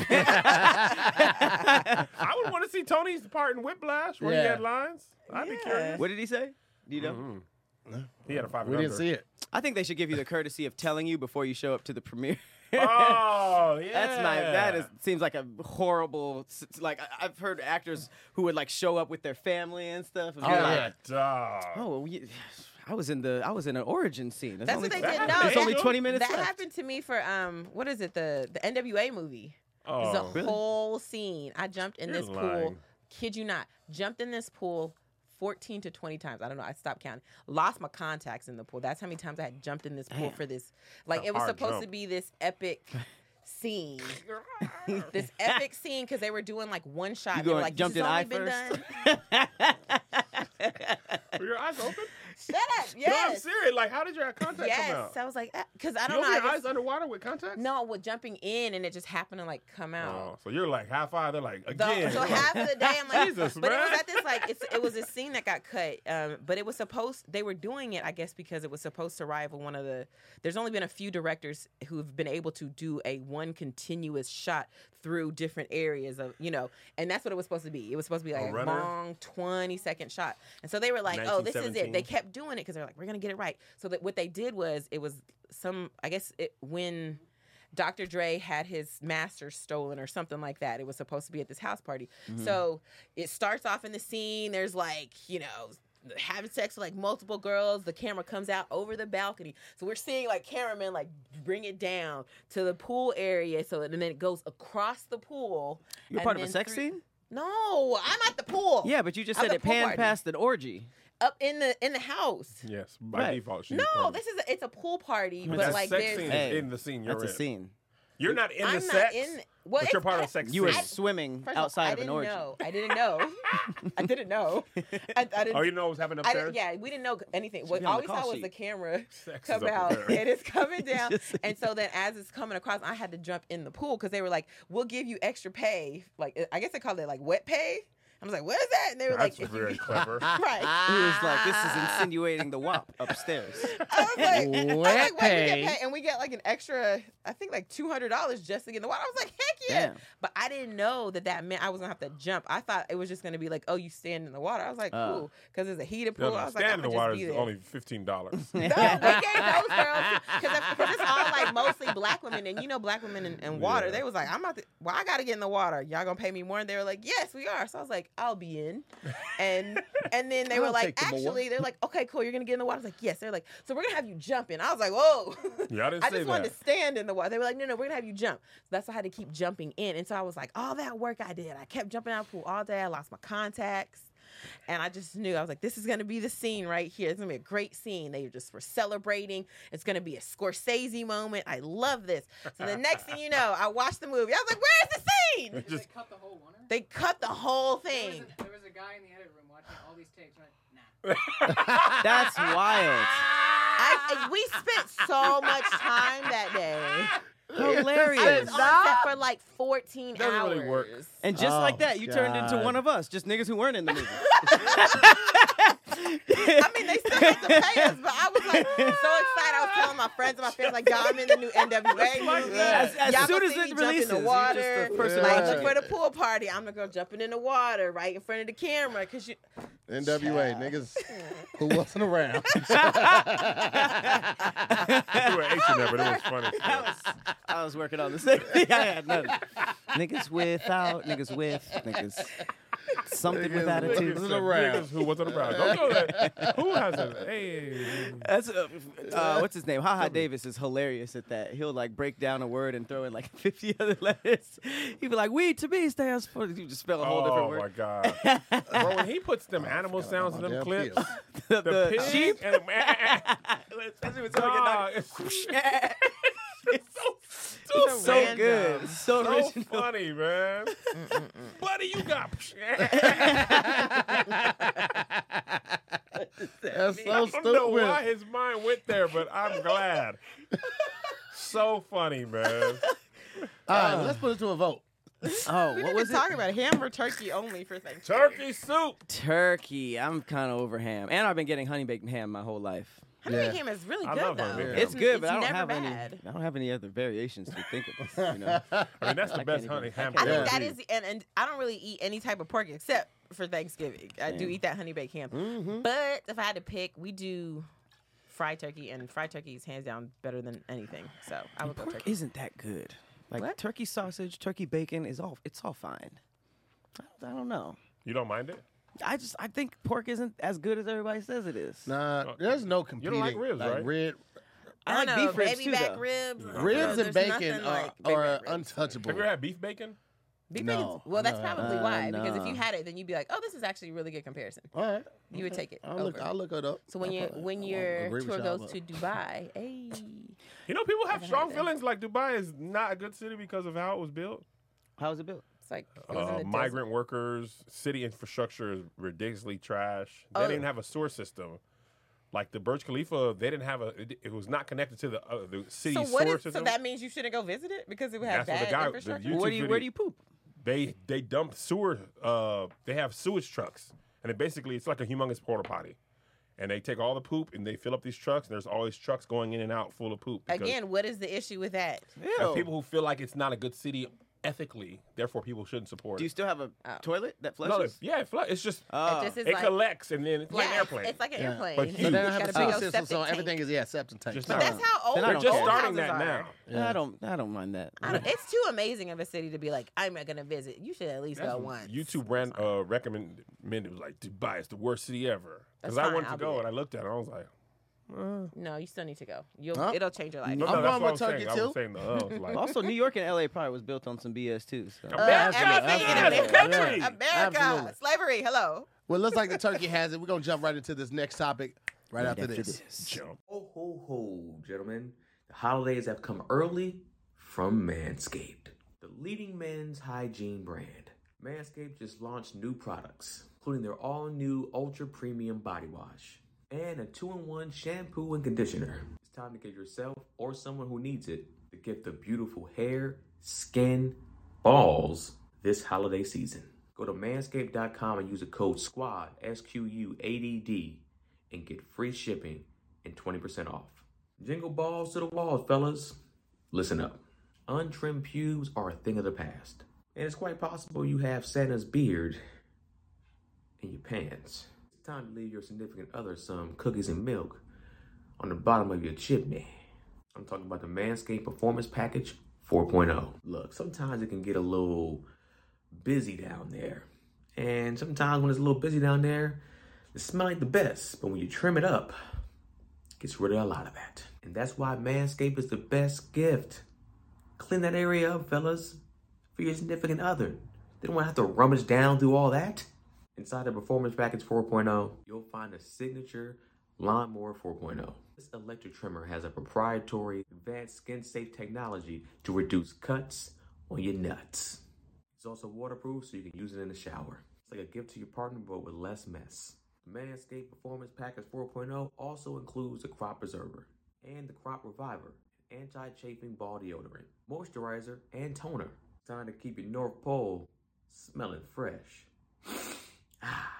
would want to see Tony's part in Whiplash where he
Yeah.
had lines. I'd be curious.
What did he say? Do you know?
Mm-hmm.
He had a five.
We didn't see it.
I think they should give you the courtesy of telling you before you show up to the premiere. *laughs*
Oh, yeah.
That's not. That is seems like a horrible. s- Like I- I've heard actors who would like show up with their family and stuff. And be
Oh,
like,
yeah.
Dog.
Oh, well, we, *sighs* I was in the I was in an origin scene. There's
That's
only,
what they did. No,
there's
that-
only 20 minutes
That
left.
happened to me for um, what is it? The the NWA movie.
Oh.
the whole scene. I jumped in
You're
this pool.
lying.
Kid you not, jumped in this pool. 14 to 20 times. I don't know. I stopped counting. Lost my contacts in the pool. That's how many times I had jumped in this pool for this. Like,
a
it was
hard
supposed to
jump.
be this epic
*laughs*
scene. *laughs* this epic scene because they were doing like one shot.
You
they were
going
like,
jumped
this
in
has
eye
only been
first? *laughs*
done-
Were your eyes
*laughs*
open?
*laughs* Shut up.
No, I'm
Yes.
serious. Like, how did your contact come
yes.
out?
I was like, because I
You
don't
open
know. I
your
just-
eyes underwater with contacts?
no, well, jumping in and it just happened to like come out.
Oh, so you're like high five. They're like
The-
again.
so
Like,
half of the day, I'm like,
Jesus,
but it
man.
was at this like it's, it was a scene that got cut, um, but it was supposed they were doing it, I guess, because it was supposed to rival one of the. There's only been a few directors who've been able to do a one continuous shot through different areas of you know, and that's what it was supposed to be. It was supposed to be like a,
runner?
long 20 second shot, and so they were like, oh, this is it. They
1917.
kept doing it because they're like, we're gonna get it right. So that what they did was it was some, I guess, it when. Dr. Dre had his master stolen or something like that. It was supposed to be at this house party.
Mm-hmm.
So it starts off in the scene. There's like, you know, having sex with like multiple girls. The camera comes out over the balcony. So we're seeing like cameramen like bring it down to the pool area. So and then it goes across the pool.
You're
and
part of a
then
sex
through-
scene?
No, I'm at the pool.
Yeah, but you just
I'm
said
the
it
pool
panned
party.
past an orgy.
up in the in the house.
yes, by
Right.
default. She's
No,
part of
this
it.
is a, it's a pool party,
But
but
that
like
sex
there's
scene
Hey,
is in the scene. You're
That's
in.
a scene.
You're not in
I'm
the
not
sex.
in- well,
but you're
it's-
part of
I-
the sex
You were
scene.
swimming
First
outside
all, I
of an
didn't
orgy.
Know. I didn't
*laughs*
know. I didn't know. I, I didn't.
Oh, you know what was happening
I
upstairs?
didn't, yeah, we didn't know anything.
be
What
on
all
the
we
call
saw was
sheet.
the camera
Sex is
come
up
out,
there.
and it's coming down.
Just so
and so then, as it's coming across, I had to jump in the pool because they were like, "We'll give you extra pay." Like I guess they called it like wet pay. I was like, "What is that?" And they were
That's
like, "If you-" *laughs*
very clever.
"Right."
He was like, this is
Ah.
insinuating the wop
*laughs*
upstairs.
I was like, I was
Wet
like, wait, we
pay.
get paid, and we get like an extra, I think like two hundred dollars just to get in the water. I was like, heck yeah!
Damn.
But I didn't know that that meant I was gonna have to jump. I thought it was just gonna be like, oh, you stand in the water. I was like,
Oh.
cool, because it's a heated
No,
pool.
no,
I was like,
stand
I'm
in the
gonna
water
just be
is
there.
only fifteen dollars.
*laughs*
no, we gave those girls because it's all like mostly black women, and you know, black women in, in water.
Yeah.
They was like, I'm about to. Well, I gotta get in the water. Y'all gonna pay me more? And they were like, Yes, we are. So I was like, I'll be in, and and then they
*laughs*
were
I'll
like,
take the more.
Actually, they're like, Okay, cool. You're gonna get in the water. I was like, Yes. They're like, So we're gonna have you jump in. I was like, Whoa. *laughs*
Y'all didn't
I
say
just wanted
that.
to stand in the water. They were like, No, no, we're gonna have you jump. So that's why I had to keep jumping in, and so I was like, All that work I did, I kept jumping out of the pool all day. I lost my contacts. And I just knew I was like, this is gonna be the scene right here. It's gonna be a great scene. They just were celebrating. It's gonna be a Scorsese moment. I love this. So the next thing you know, I watched the movie. I was like, where's the
*laughs*
scene?
Did
Just
they cut the whole winner?
They cut the whole
there, was
thing.
a, there was a guy in the edit room watching all these tapes. Like, nah.
That's
*laughs*
wild.
I, I- we spent so much time that day
Hilarious.
On set for like 14
Doesn't
hours.
really work.
And just like
Oh,
that, you turned into
God.
one of us, just niggas who weren't in the movie.
I mean, they still had to pay us, but I was like so excited. I was telling my friends and my family, like, y'all, I'm in the new NWA. movie.
As- as
y'all
soon
gonna
as
see
it
me jump
releases,
in
you're just
the water.
the
person
like,
watching
look for
it.
the pool party. I'm the girl jumping in the water right in front of the camera because you.
NWA *laughs* niggas who wasn't around.
*laughs* I threw an H in there, but it
*laughs*
was funny.
I was, I was working on the same *laughs* thing. I had nothing. niggas without, niggas with, niggas something
Niggas
with
with-
attitude.
Wasn't around.
Niggas who wasn't around. Don't
*laughs*
go there. Who has a hey?
That's uh, uh, what's his name? Ha Ha Davis is hilarious at that. He'll like break down a word and throw in like *laughs* 50 other letters. He'd be like, "We to me stands for." You just spell a whole different Oh,
Oh my
word.
god,
*laughs*
bro! When he puts them *laughs* animal sounds in them
Damn
clips,
pills.
The,
the, Oh,
the
pig
*laughs* sheep.
and the
Especially when someone get
dog.
knocked-
*laughs* It's
it's so,
random.
good. It's *laughs* so,
so
original.
funny, man. Buddy, you
*laughs*
got. *laughs*
That's so
I don't know why
stupid.
his mind went there, but I'm glad. so funny, man.
All
Uh.
right, let's put it to a vote.
Oh,
We
what
didn't
was
even
it?
talk about it. Ham or turkey only for Thanksgiving.
Turkey soup.
Turkey. I'm kind of over ham, and I've been getting honey baked ham my whole life.
Honey
Yeah.
baked ham is really
I
good
love honey
though.
baked ham.
It's good, but I don't
never
have
bad.
any. I don't have any other variations to think of. You know?
I
I
mean, that's the
can't
best
even-
honey
I
ham.
I
I've
think
ever
that
eaten.
is, and, and I don't really eat any type of pork except for Thanksgiving. I do
Same.
eat that honey baked ham. But if I had to pick, we do fried turkey, and fried turkey is hands down better than anything. So I would go
Pork
turkey.
isn't that good. Like
What?
turkey sausage, turkey bacon is all. It's all fine. I don't, I don't know.
You don't mind it?
I just I think pork isn't as good as everybody says it is.
Nah, there's no competing.
Uh, like ribs, right?
Red,
I like
don't know,
beef ribs
baby
too,
back
though.
ribs. I don't know,
ribs and
there's
bacon
nothing
are,
like baby
are
back ribs.
untouchable.
Have you ever had beef bacon?
Beef
No,
bacon's- well, that's
no, I
probably
haven't.
why.
Uh,
Because if you
no.
had it, then you'd be like, "Oh, this is actually a really good comparison."
All right.
You would take it
I'll look,
over.
I'll look it up.
So when
I'll
your
probably-
when
I'll
your
agree with
tour
y'all,
goes
but-
to Dubai, hey,
You know, people have
Haven't had
strong
that.
feelings like Dubai is not a good city because of how it was built.
How was it built?
it's like it was in
Uh,
the desert.
migrant workers, city infrastructure is ridiculously trash. They
Oh.
didn't have a sewer system. Like the Burj Khalifa, they didn't have a. It, it was not connected to the uh, the city
So
sewer
what is, so
system.
that means you shouldn't go visit it because it would have
That's what the
bad
guy- the
infrastructure.
You
Where
two
do you
video-
where do you poop?
they they dump sewer. Uh, they have sewage trucks, and it basically it's like a humongous porta potty, and they take all the poop and they fill up these trucks. And there's always trucks going in and out full of poop. because
Again, what is the issue with that?
there's
Ew.
people who feel like it's not a good city ethically, therefore people shouldn't support
do you
it.
still have a
Oh.
toilet that
No,
flushes?
it's- yeah, it fl- it's just
Oh.
it just
Uh,
is
it
Uh, like,
collects and then it's like
yeah,
an
it's-
airplane.
It's, like an
Yeah.
airplane.
But
It's
So
huge.
they
got
don't have
a
a
big old
sewer system,
septic
so
tank.
everything is yeah septic tank.
Just
But
not-
that's how old.
Then I
They're
don't
old
just
care.
starting
houses
that
are.
now.
Yeah.
I don't I don't mind that.
I don't, it's too amazing of a city to be like, I'm not gonna visit. You should at least
That's
go
what
once.
YouTube ran uh, recommended it was like Dubai is the worst city ever because
That's
I
fine,
wanted to
I'll be
go
there.
and I looked at it. I was like,
No, you still need to go. You'll
Huh?
it'll change your life.
no, no,
I'm
that's
going
what
with
I was saying.
Turkey,
I
too.
was saying the uh,
*laughs*
was like,
Also, New York and LA probably was built on some BS too. So.
Uh,
America,
everything in
America,
America,
country.
America,
Absolutely.
slavery. Hello.
Well, it looks like the turkey has it. We're gonna jump right into this next topic right, after, this.
Jump.
Ho, ho, ho, gentlemen. The holidays have come early from Manscaped, the leading men's hygiene brand. Manscaped just launched new products, including their all new ultra premium body wash and a two in one shampoo and conditioner. It's time to give yourself or someone who needs it the gift of beautiful hair, skin, balls this holiday season. Go to manscaped.com and use the code SQUAD, S Q U A D D, and get free shipping and 20% off. Jingle balls to the walls, fellas. Listen up. Untrimmed pubes are a thing of the past. And it's quite possible you have Santa's beard in your pants. It's time to leave your significant other some cookies and milk on the bottom of your chimney. I'm talking about the Manscaped Performance Package 4.0. Look, sometimes it can get a little busy down there. And sometimes when it's a little busy down there, it smells like the best. But when you trim it up, gets rid of a lot of that. And that's why Manscaped is the best gift. Clean that area up, fellas, for your significant other. They don't want to have to rummage down through all that. Inside the Performance Package 4.0, you'll find a signature Lawnmower 4.0. This electric trimmer has a proprietary advanced skin safe technology to reduce cuts on your nuts. It's also waterproof, so you can use it in the shower. It's like a gift to your partner, but with less mess. The oh Manscaped Performance Package 4.0 also includes the Crop Preserver and the Crop Reviver, anti-chafing ball deodorant, moisturizer, and toner. Time to keep your North Pole smelling fresh. Ah.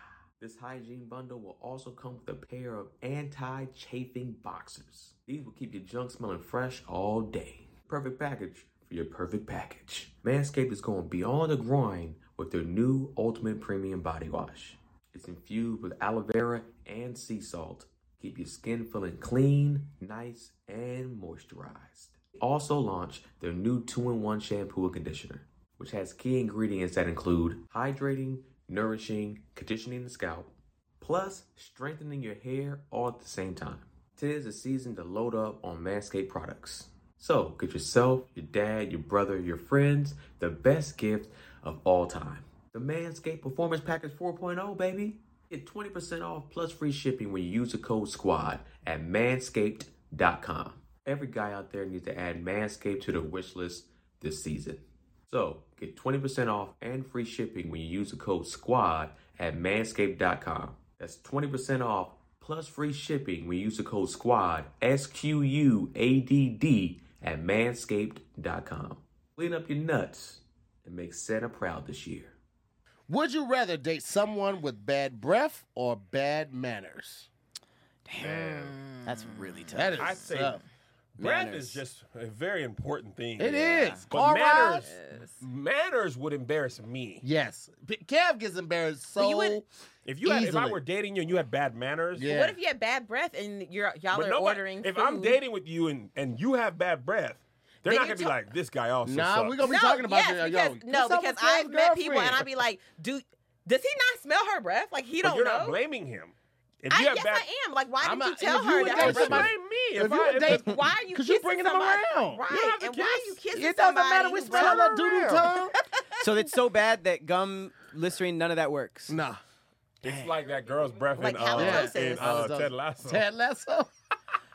This hygiene bundle will also come with a pair of anti-chafing boxers. These will keep your junk smelling fresh all day. Perfect package for your perfect package. Manscaped is going beyond the groin with their new Ultimate Premium Body Wash. It's infused with aloe vera and sea salt. Keep your skin feeling clean, nice, and moisturized. Also launch their new 2-in-1 shampoo and conditioner, which has key ingredients that include hydrating, nourishing, conditioning the scalp, plus strengthening your hair all at the same time. Tis the season to load up on Manscaped products. So get yourself, your dad, your brother, your friends the best gift of all time. The Manscaped Performance Package 4.0, baby. Get 20% off plus free shipping when you use the code SQUAD at manscaped.com. Every guy out there needs to add Manscaped to their wish list this season. So get 20% off and free shipping when you use the code SQUAD at manscaped.com. That's 20% off plus free shipping when you use the code SQUAD, S Q U A D D, at manscaped.com. Clean up your nuts and make Santa proud this year.
Would you rather date someone with bad breath or bad manners?
That's really tough.
That is
I say
tough.
breath
Manners.
is just a very important thing.
It is.
But
Car
manners,
rides?
manners would embarrass me.
Yes. P- Kev gets embarrassed so.
But you would-
If you had, if I
Easily.
were dating you and you had bad manners,
Yeah.
What if you had bad breath and you're y'all
but
are
nobody,
ordering?
if
food?
I'm dating with you and, and you have bad breath, they're
Then
not
you're
gonna be
ta-
like this guy also.
Nah,
sucks.
we gonna be
no,
talking about
yes,
you. Yo,
because, no,
what's up
because
with Kev's
I've met people and
girlfriend?
I'd be like, do does he not smell her breath? Like he
But
don't
you're
know.
not blaming him. If
I,
you have
yes,
bad,
I am. Like, why
I'm
didn't you
not-
tell
if you
her
would
that?
date
Don't
was your
somebody-
breath?
blame me.
If
If,
you
I,
would
if
date-
the-
Why are you
'Cause
kissing
you're bringing them
somebody?
around.
Right.
You don't have to
and why are you
kiss.
kissing
It doesn't matter
somebody
which
who's
tongue
brown?
or doodle
*laughs*
tongue.
So it's so bad that gum, Listerine, none of that works.
Nah.
it's like that girl's breath
Like
in, uh,
halitosis.
in uh,
Halitosis.
Ted Lasso.
Ted Lasso.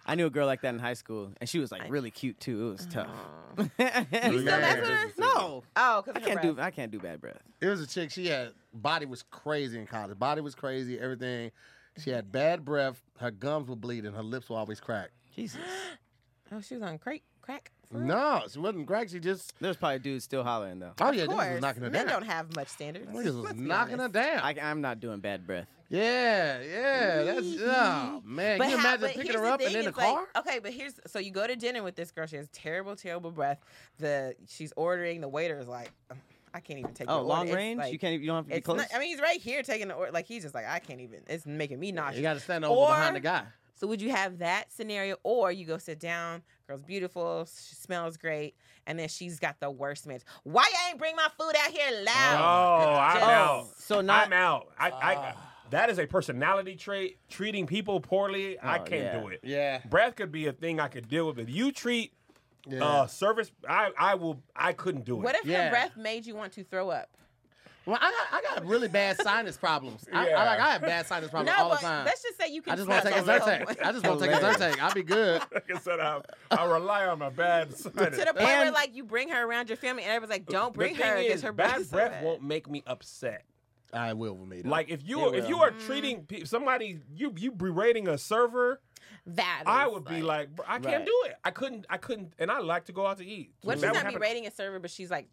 I knew a girl like that in high school, and she was like really cute too. It was tough. *laughs*
You
still mess with her?
no,
Oh,
I
because
can't do. I can't do bad breath.
*laughs* It was a chick. She had body was crazy in college. Body was crazy. Everything. She had bad breath. Her gums would bleed and her lips were always cracked.
Jesus,
Oh, she was on crack. Crack.
No, she wasn't cracked. She just.
there's probably dudes still hollering though.
Oh yeah,
Of
this was
course,
knocking her
men
down.
don't have much standards.
Niggas was
Let's be
knocking her
honest.
down.
I, I'm not doing bad breath.
yeah, yeah. That's oh man. Can you
how-
imagine picking
here's
her up
the
and in
thing,
the
it's like-
car?
okay, but here's so you go to dinner with this girl. She has terrible, terrible breath. The she's ordering. The waiter is like, I can't even take.
Oh,
your
long
order. It's
range.
like-
you can't. You don't have to be
It's
close.
not, I mean, he's right here taking the order. Like he's just like, I can't even. It's making me nauseous.
you got to stand over behind
oh, Or-
the guy.
So would you have that scenario, or you go sit down? Girl's beautiful. She smells great, and then she's got the worst man. Why you ain't bring my food out here
Oh,
loud?
I'm
Just-
out.
so not.
I'm out. I, I, that is a personality trait. Treating people poorly, I
Oh,
can't
yeah.
do it.
Yeah.
Breath could be a thing I could deal with. If you treat
Yeah.
uh, service, I, I will. I couldn't do it.
What if
Yeah.
her breath made you want to throw up?
Well, I got, I got really bad sinus problems. I, I,
Yeah.
like I have bad
*laughs*
sinus problems all the time.
let's just say you can.
I just want to take a
smell *laughs* someone.
Zyrtec. I just want to take a
Hilarious.
Zyrtec. I'll be good.
*laughs* like I said, I, I rely on my
*laughs*
bad side.
to the point where
And-
like you bring her around your family, and everybody's like, "Don't bring
the thing
her because
is,
her breath
bad
is so
breath
bad."
won't make me upset.
I will with me. Though.
Like if you if you are
Mm-hmm.
treating pe- somebody, you you berating a server,
That
I
is,
would be like, "Bro, I can't
Right.
do it. I couldn't. I couldn't. And I like to go out to eat.
what if
That
she's
would
not
happen-
berating a server, but she's like,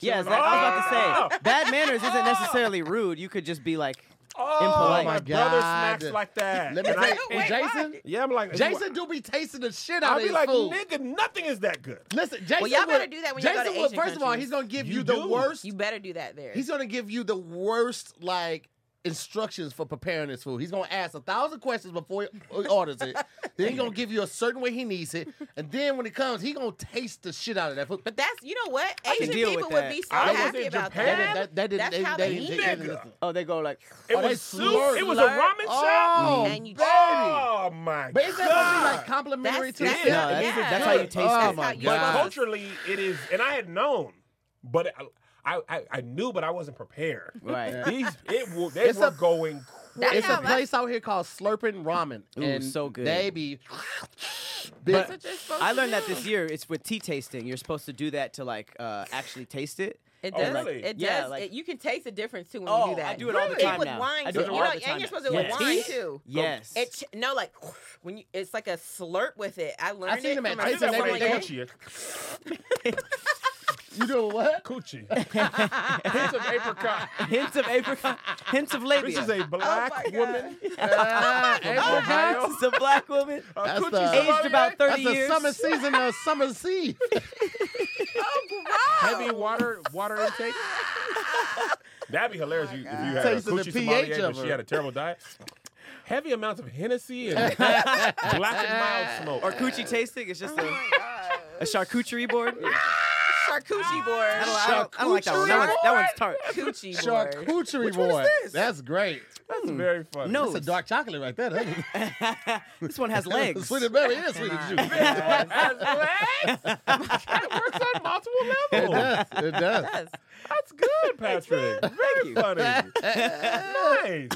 Yeah, is that- I was about to
Oh!
*laughs*
say bad manners isn't necessarily rude. You could just be like,
Oh,
Impolite.
my
My
brother
God.
smacks like that.
let me
And I-
tell you, and
Wait,
Jason,
yeah, I'm like
Jason do be tasting the shit out
I'll
of
be
his
like,
food.
nigga, nothing is that good.
Listen, Jason,
y'all
will-
better do that when y'all
Jason
go to
will,
Asian
First of all,
countries.
he's gonna give you,
You
the
do.
worst.
"You better do that there."
He's gonna give you the worst like instructions for preparing his food. He's gonna ask a thousand questions before he orders
*laughs*
it. then he's gonna give you a certain way he needs it, and then when it comes, he gonna taste the shit out of that food. But
But that's you know what
can
Asian
deal with
people would
that.
be so
I was
happy
in
about
Japan.
that.
that, that didn't.
That's
They,
how
they
they
didn't.
eat.
they didn't
Nigga.
listen.
oh, they go like,
It
Oh, they
was soup.
slurp.
It was a ramen shop.
Oh,
And you-
Oh my
But is that supposed to be
god!
like complimentary
That's-
to
that's
the
not-
It
yeah.
isn't
That's how you
good.
taste
oh
it.
my
That's how you-
but
god!
culturally, it is, and I had known, but I I, I knew, but I wasn't prepared.
right.
*laughs* These it will they
It's
were
a-
going. crazy.
It's a place out here called Slurping Ramen.
Ooh,
and
so good.
They be.
But I learned that this year. It's with tea tasting. You're supposed to do that to like uh, actually taste it.
It
Oh,
does.
really?
It does.
Yeah, like-
it, you can taste the difference too when
Oh,
you do that.
I do it all the
Really?
time
with
now.
wine
I
too.
do it
You
all
know,
the
and
time
you're
now.
supposed to do it
Yeah.
with wine
Teeth?
too.
Yes.
It ch- no like when you it's like a slurp with it. I learned
seen
it
them at
from
I
I
my
Taste
did that
said
with
every
a
day.
sommelier.
coochie.
You doing what?
*laughs*
Ah,
Coochie. Hints of apricot.
hints of apricot, hints of labia.
This is a black
Oh, my God.
woman.
Ah,
oh,
apricot.
God, this is a black
*laughs*
woman.
A
That's
coochie
the-
sommelier.
Aged about 30
That's the
years.
summer season of summer
*laughs*
sea.
Heavy water water *laughs* intake. That'd be hilarious if you if you had
Taste
a
of the
coochie
pH
sommelier,
of
but she
her.
had a terrible
*laughs*
diet. Heavy amounts of Hennessy and black and mild smoke.
Or coochie tasting. It's
Oh
just a, a charcuterie board.
*laughs* Charcuterie board.
I don't, I don't- I don't like that one. That one's, that one's tart.
Charcuterie board.
Charcuterie
one is
board.
this?
That's great.
That's very funny.
No.
That's a dark chocolate right there.
*laughs*
That's *laughs*
this one has legs.
Sweet and berry is sweet and juice.
*laughs* That's legs. It works on multiple
It
levels.
does. It does.
*laughs*
Yes.
That's good, Patrick. Very funny.
*laughs*
nice.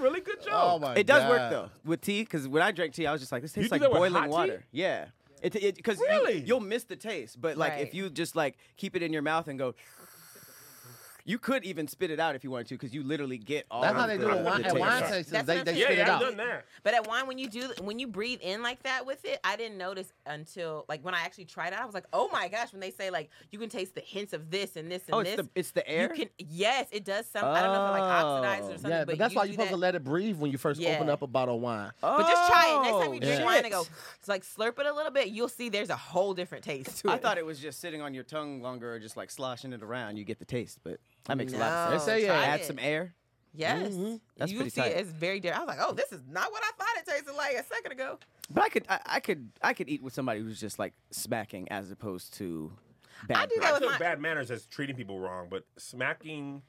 Really good
Oh
job.
my
It does work
God.
though with tea, because when I drank tea, I was just like, this tastes
do
like
that with
boiling
hot tea?
water. Yeah. It because
Really?
you, you'll miss the taste, but like
Right.
if you just like keep it in your mouth and go, you could even spit it out if you wanted to, because you literally get all.
That's
of
how they
the,
do
it
a wine,
the
at wine
taste.
tasting.
That's what
They,
I'm
they
saying.
yeah,
spit it
yeah, I've
out.
done that.
But at wine, when you do when you breathe in like that with it, I didn't notice until like when I actually tried it. I was like, oh my gosh! When they say like you can taste the hints of this and this and
Oh,
this,
it's the it's the air.
you can yes, it does. Some I don't know if it like oxidizes or
Oh.
something.
Yeah, but, that's why
do
you're supposed
that.
to let it breathe when you first
Yeah.
open up a bottle of wine.
But just try it. Next time
Oh,
you drink
shit.
wine and go, it's like slurp it a little bit, you'll see there's a whole different taste to it.
I thought it was just sitting on your tongue longer or just like sloshing it around. You get the taste, but that makes a lot
No,
of sense.
They say,
try
yeah,
add
it.
some air.
Yes.
Mm-hmm. That's
you
pretty
see it,
tight.
it's very different. I was like, oh, this is not what I thought it tasted like a second ago.
But I could, I, I could, I could eat with somebody who's just like smacking as opposed to bad.
I do
breath.
that
I
with
took
my-
bad manners as treating people wrong, but smacking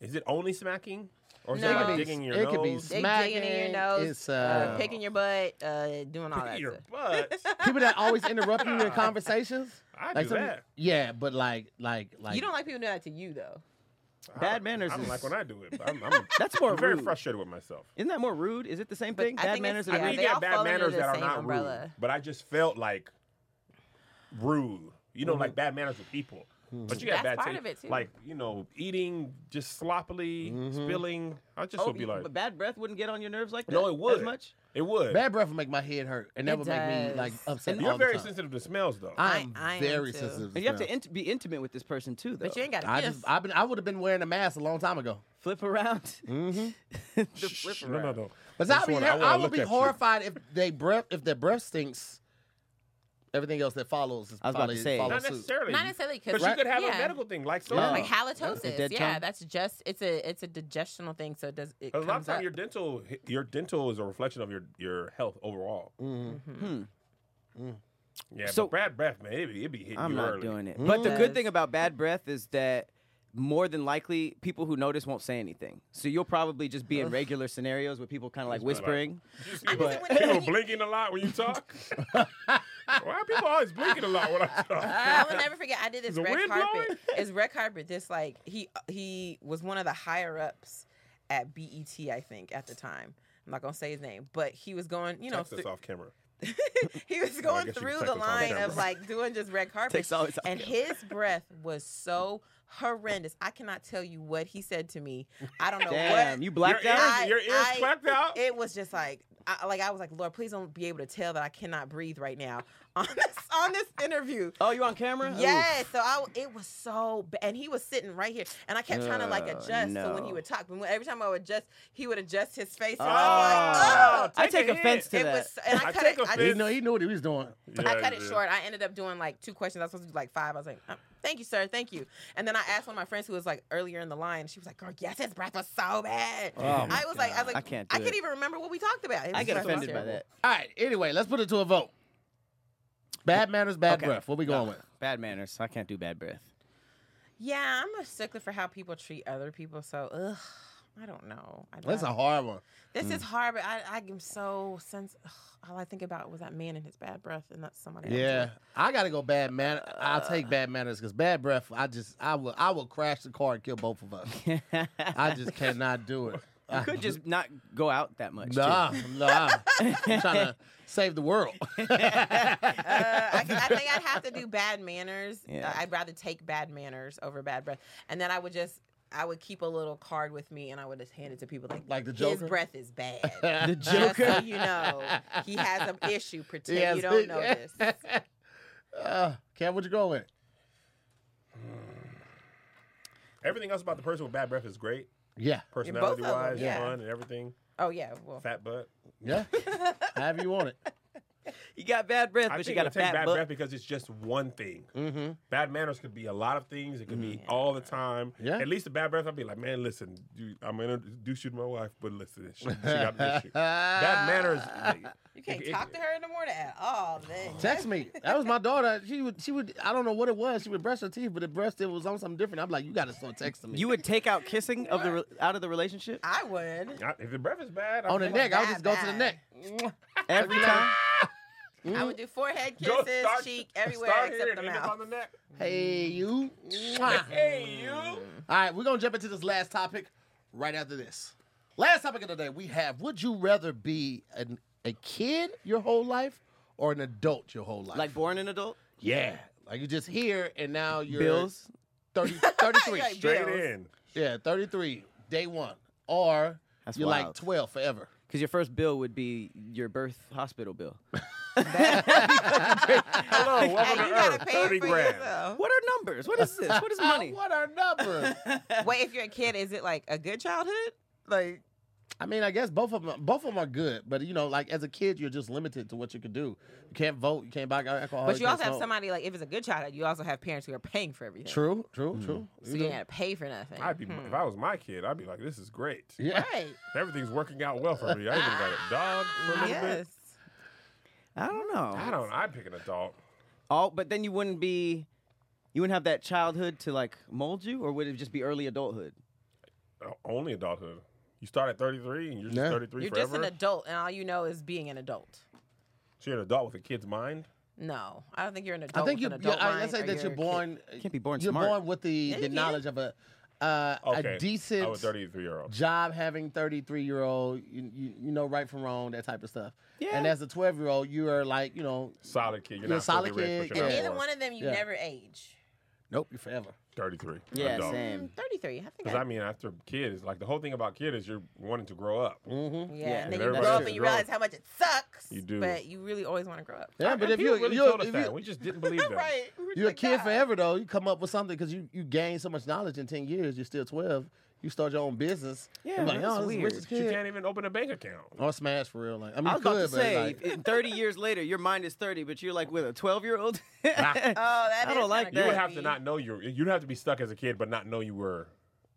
is it only smacking? Or is
No.
it
It could
like
be-
digging your
it
nose?
could be
*laughs*
They
Smacking,
digging in your nose,
it's,
uh,
uh,
picking your butt, uh, doing all that
your
stuff.
butt.
*laughs*
People that always interrupt you in conversations.
I
like
do
some-
that.
Yeah, but like, like, like.
you don't like people doing that to you though.
Bad manners.
I don't
is,
like when I do it. but
*laughs*
I'm, I'm,
That's more *laughs*
I'm very
rude.
frustrated with myself.
Isn't that more rude? Is it the same
But
thing?
I
bad
think
manners
it's- yeah,
and
I
rude.
mean,
they
you
all
got bad
fall under
manners
the
that are
same
not rude,
umbrella.
but I just felt like rude. You know, like bad manners with people. But you got
Mm-hmm. That's
bad
part
taste.
of it, too. Mm-hmm.
Like you know, eating just sloppily, spilling. I
Oh,
just would be like,
but bad breath wouldn't get on your nerves like that.
no, it would
as much.
It would.
Bad breath will make my head hurt, and that
It
would make me
does.
like upset.
You're
all the
very
time.
sensitive to smells, though.
I'm
I- I am,
very
too.
sensitive.
And you have to
smell.
int- be intimate with this person too, though.
But you ain't got
I
a
just,
gift.
I've been, I would have been wearing a mask a long time ago.
flip around. the flip *laughs*
Shh,
around.
no, no, no.
But
just
I, mean,
wanna-
I,
wanna
would
look
be
at you.
horrified if they breath, if their breath stinks. Everything else that follows is
I was about
probably
to say.
follow
Not
suit.
necessarily.
Not necessarily
But
because
you could have
yeah.
a medical thing like so.
Yeah.
like
Yeah.
halitosis.
dead
yeah,
tongue.
that's just it's a it's a digestional thing. So it does it
a lot of
comes
times
up.
your dental your dental is a reflection of your your health overall.
Mm-hmm.
Mm. Yeah,
So-
so bad breath, man, it'd be, it'd be hitting
I'm
you
not
early.
doing it. But the
Yes.
good thing about bad breath is that more than likely people who notice won't say anything. So you'll probably just *laughs* be in regular scenarios with people kind of like
Just be like-
*laughs* whispering.
*laughs* You see people- *laughs* people blinking a lot when you talk. Why are people always blinking a lot when I talk?
I will never forget. I did this
Is Ah. the
red
wind
carpet.
blowing?
It's red carpet. This like he he was one of the higher ups at BET, I think, at the time. I'm not gonna say his name, but he was going, you know,
Text us
thr-
off camera.
he was
Well, I
going
guess you
through
can text
the
us on
line
camera.
of like doing just red carpet,
Text always on *laughs*
and
camera.
his breath was so horrendous. I cannot tell you what he said to me. I don't know
Damn,
what.
you blacked
your ears,
out.
I-
your ears
I-
clapped out.
it was just like, I, like I was like, Lord, please don't be able to tell that I cannot breathe right now *laughs* on this on this interview.
Oh, you on camera? Ooh.
Yes, so I, it was so bad. And he was sitting right here. And I kept trying to like
Oh,
adjust. So when he
no.
would talk, but every time I would adjust, he would adjust his face. And I was
Oh,
like, oh.
I
take
take
a hit.
offense to
It
that.
was, and I,
I
cut
take
it.
He
I,
offense.
just,
know, he knew what he was doing.
I
Yeah,
cut it
yeah.
short. I ended up doing like two questions. I was supposed to do like five. I was like, um, thank you, sir. Thank you. And then I asked one of my friends who was like earlier in the line. She was like, girl, yes, his breath was so bad. I was like, I was like,
I can't
I
do
can't
it.
even remember what we talked about. His
Oh, I get
breath was
offended by
terrible.
that.
All right. Anyway, let's put it to a vote. Bad manners, bad
Okay.
breath. What we going with?
Bad manners. I can't do bad *laughs* breath.
Yeah, I'm a stickler for how people treat other people. So, ugh, I don't know. I
That's
I-
a hard one.
This
Mm.
is hard, but I, I am so sense. ugh, All I think about was that man and his bad breath, and that's somebody. else's.
Yeah, I gotta go bad man. I'll take bad manners because bad breath. I just, I will, I will crash the car and kill both of us. I just
*laughs*
cannot do it.
You could just not go out that much. too.
Nah, nah. I'm trying to save the world.
*laughs* Uh, I, I think I'd have to do
*laughs*
bad manners.
Yeah.
Uh, I'd rather take bad manners over bad breath, and then I would just I would keep a little card with me, and I would just hand it to people like
Like the
His
Joker?
breath
*laughs*
is bad.
*laughs* The
Just so
Joker.
you know, he has an issue.
*laughs*
Pretend
Yes.
you don't know this.
*laughs* uh, Kev, what you go with?
Everything else about the person with bad breath is great,
Yeah,
both of
personality
them,
wise,
yeah.
fun and everything.
Oh yeah, well,
Fat butt.
*laughs*
yeah. However you want it.
You got bad breath,
I
but
think
you
you
got a
gotta take
fat
bad
butt.
breath because it's just one thing.
Mm-hmm.
Bad manners could be a lot of things. It could be
Mm-hmm.
all the time.
Yeah.
At least the bad breath, I'd be like, man, listen, you, I'm gonna introduce you to my wife, but listen, she, she got
*laughs*
an issue. Bad manners. like,
you can't
it- it-
talk to her in the morning at all. Then
Text me. That was my daughter. She would. She would. I don't know what it was. She would brush her teeth, but the brush it was on something different. I'm like, you gotta start texting me.
You would take out kissing of the re- out of the relationship
I would.
I- if the breath is bad, I'm
on the
like,
neck. I would
bad,
just go to the
bad.
neck.
every time.
I would do forehead
Mm. Go
kisses,
start-
cheek, everywhere
Start here
except
and
the
end up on
mouth.
the neck.
Hey you. Mwah.
Hey you.
All right, we're gonna jump into this last topic right after this. Last topic of the day we have: Would you rather be an, a kid your whole life or an adult your whole life?
Like born an adult.
yeah, like you just here and now you're
Bills.
30, 33.
Like
Straight
Bills.
in.
yeah, thirty three, day one, or
That's
you're like
wild.
twelve forever.
Because your first bill would be your birth hospital *laughs* bill.
Oh,
Hello, welcome
Hey, you
to Earth.
gotta pay
Thirty
it for
grand.
yourself.
What are numbers? What is this? What is *laughs*
*laughs*
money?
What are numbers?
Wait, if you're a kid, is it like a good childhood? Like
*laughs* I mean, I guess both of them, both of them are good, but you know, like as a kid, you're just limited to what you can do. You can't vote, you can't buy alcohol.
But you
can't
also have
smoke.
somebody like if it's a good childhood, you also have parents who are paying for everything.
True, true,
Mm.
true.
So you ain't gotta pay for nothing.
I'd be if I was my kid, I'd be like, this is great.
*laughs* yeah. *laughs*
right.
Everything's working out well for me. I even got a dog for a little
Yes.
bit.
I don't know.
I don't. know. I'd pick an adult.
All, but then you wouldn't be, you wouldn't have that childhood to like mold you, or would it just be early adulthood?
Uh, Only adulthood. You start at 33 and you're just
Yeah.
33
You're
forever.
just an adult and all you know is being an adult.
so you're an adult with a kid's mind.
No. I don't think you're an adult.
I think
with
you.
an
yeah,
adult
I,
mind
let's say
or
that you're
a kid.
born.
Can't be born
You're
smart.
born with the,
you
the
can.
knowledge of a uh,
Okay. Oh,
a
I was
decent
33 year old.
job having 33 year old. You, you, you know right from wrong, that type of stuff.
Yeah.
And as a 12 year old, you are like you know,
Solid kid. You're,
You're
not
a solid
filthy rich,
kid,
but you're
yeah.
not
Neither
poor.
one of them you
Yeah.
never age.
nope, you're forever.
33.
Yeah,
adult.
same.
Thirty three. I think
Because I
I,
mean, after kid is like the whole thing about kid is you're wanting to grow up.
Mm-hmm.
yeah.
yeah.
And then
Everybody
you grow up
should
and you
grow up.
realize how much it sucks.
You do.
But you really always want to grow up.
Yeah, but if
People
you
really
you
told us
if
that,
you
we just
*laughs*
didn't believe them.
right. We were
you're a
like,
kid
"Nah."
forever though, you come up with something because you you gain so much knowledge in 10 years. You're still 12. You start your own business.
Yeah,
I'm like,
that's
oh, this is
weird.
rich as
But you
kid.
can't even open a bank account.
Or Smash for real. Like, I mean,
I
you
was about to
could, but
say,
like,
if- 30 years later, your mind is 30, but you're like with a 12
*laughs*
year *laughs* old.
Oh, that
I
is
don't like
kinda
You would
Yeah.
have to
creepy.
not know you're. You'd have to be stuck as a kid, but not know you were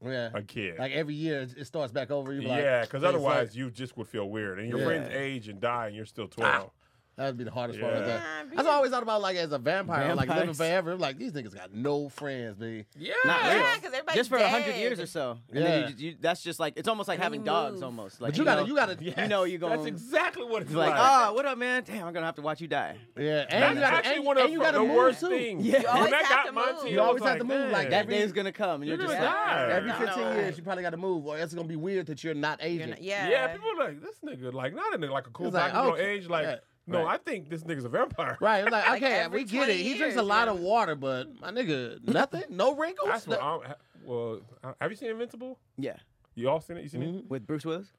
yeah,
a kid.
like every year it it starts back over. You're like,
yeah, because
"Hey, it's
otherwise
like-
you just would feel weird, and your
Yeah. Ah,
friends age and die, and you're still twelve.
that would be the hardest part. Right
Yeah.
there.
Nah,
That's what I always thought about, like as a vampire, like living
Vampires.
forever. I'm like these niggas got no friends, b.
Yeah,
Not
Yeah,
real.
'cause everybody's
just for a 100
dead.
years or so. And then
Yeah.
you, just- you, that's just like, it's almost like
And then
having
you
dogs
move.
almost. Like,
But you gotta,
know,
you gotta,
you know you're going
That's exactly what it's
like,
like.
ah, what up, man? Damn, I'm going to have to watch you die.
yeah.
That's
And you gotta,
actually
and,
one of
and you gotta
the
move
worst
too.
things.
Yeah. You
When
always
that
have
got
to
my
move.
to
You
I
always
was
have to move like
"Man,
that.
That day is going to come. And you're,
You're
just
gonna
like,
die.
Every
No,
15
no.
years, you probably gotta move, or it's gonna be weird that you're not
You're
aging.
not-
Yeah,
yeah.
people are like this nigga, like not in it, like a cool
It's like,
black people
okay.
age. Like,
Yeah.
no,
Right.
I think this nigga's a vampire.
Right, I'm like,
Like
okay,
every
we get it.
20
He drinks a
years,
lot
yeah.
of water, but my nigga,
*laughs*
nothing, no wrinkles.
*laughs* That's what
no-
I'm. Well, uh, have you seen Invincible?
Yeah.
You all seen it? You seen it?
With Bruce Willis?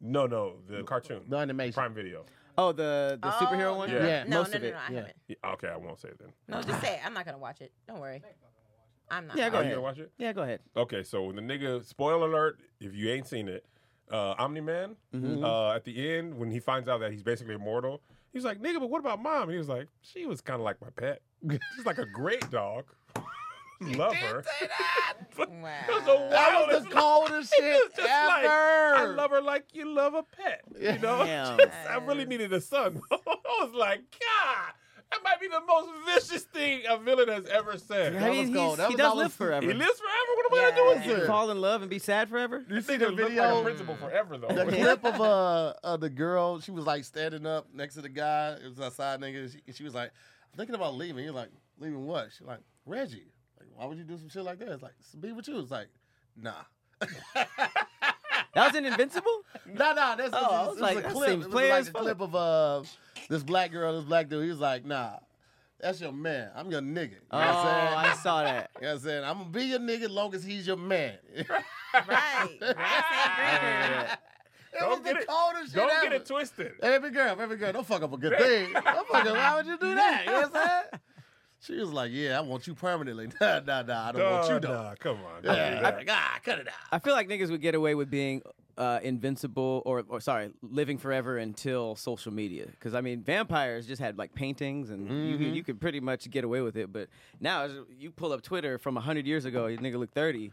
No, no, the cartoon,
Mm-hmm. no animation.
Prime Video.
Oh, the, the superhero
Oh,
one?
Yeah.
Yeah.
No,
Most
no,
of
no,
it.
no, I
yeah.
haven't.
Yeah, okay, I won't say it then.
No, just say it. I'm not gonna watch it. Don't worry. I'm not.
Yeah, go
Are you
watching
ahead.
gonna watch it?
Yeah, go ahead.
Okay, so when the nigga, spoiler alert, if you ain't seen it, uh, Omni Man,
Mm-hmm.
uh, at the end, when he finds out that he's basically immortal, he's like, nigga, but what about mom? And he was like, she was kind of like my
*laughs*
pet. She's like a great dog. *laughs* Love *laughs* her.
it.
It was the
Wow.
That was
wildest-
the
*laughs*
coldest shit
It was just
ever.
like, I love her like you love a pet. You know?
Damn.
*laughs* Just, I really needed a son. *laughs* I was like, God, that might be the most vicious thing a villain has ever said.
That
I mean,
was
he's-
cold. That
he
was
does
all
live
of-
forever.
He lives forever. What am I
Yeah.
doing,
You
sir?
Sure.
fall in love and be sad forever?
You see
the
the video? Like
video?
a principal forever though.
*laughs* The
*laughs*
*laughs*
clip of uh of the girl, she was like standing up next to the guy. It was outside nigga. and She, and she was like, I'm thinking about leaving. He's like, leaving what? She like, Reggie. Like, why would you do some shit like that? It's like, "It's to be with you. It's like, nah. *laughs*
That was in Invincible?
Nah, nah, that's
Oh, I
oh,
was
it's,
like,
a
that
clip.
seems
It was
plain
like
as
a
fuck.
clip of uh this black girl, this black dude, he was like, nah, that's your man. I'm your nigga. You
Oh,
know what I'm saying?
I saw that.
You know what I'm saying? I'm gonna be your nigga long as he's your man. *laughs* it
*laughs* right. That's
was
Don't
the
get it-
coldest shit
Don't
ever.
get it twisted.
Every girl, every girl, don't fuck up a good thing. Don't fuck up. Why would you do that? You know what I'm saying? She was like, yeah, I want you permanently. *laughs* Nah, nah, nah, I don't want you
Duh,
though.
nah, come on. don't do
Yeah,
that.
I'm like, ah, cut it out.
I feel like niggas would get away with being uh, invincible or, or sorry, living forever until social media. Because I mean, vampires just had like paintings, and you, could- you could pretty much get away with it. But now, as you pull up Twitter from hundred years ago, your nigga look thirty.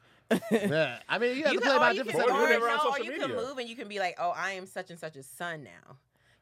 Yeah, I mean, *laughs* you have
you
to play
can, or
by
you
different
can,
Well,
or,
you're never on
no, or
social
you can
media.
move and you can be like, oh, I am such and such a son now.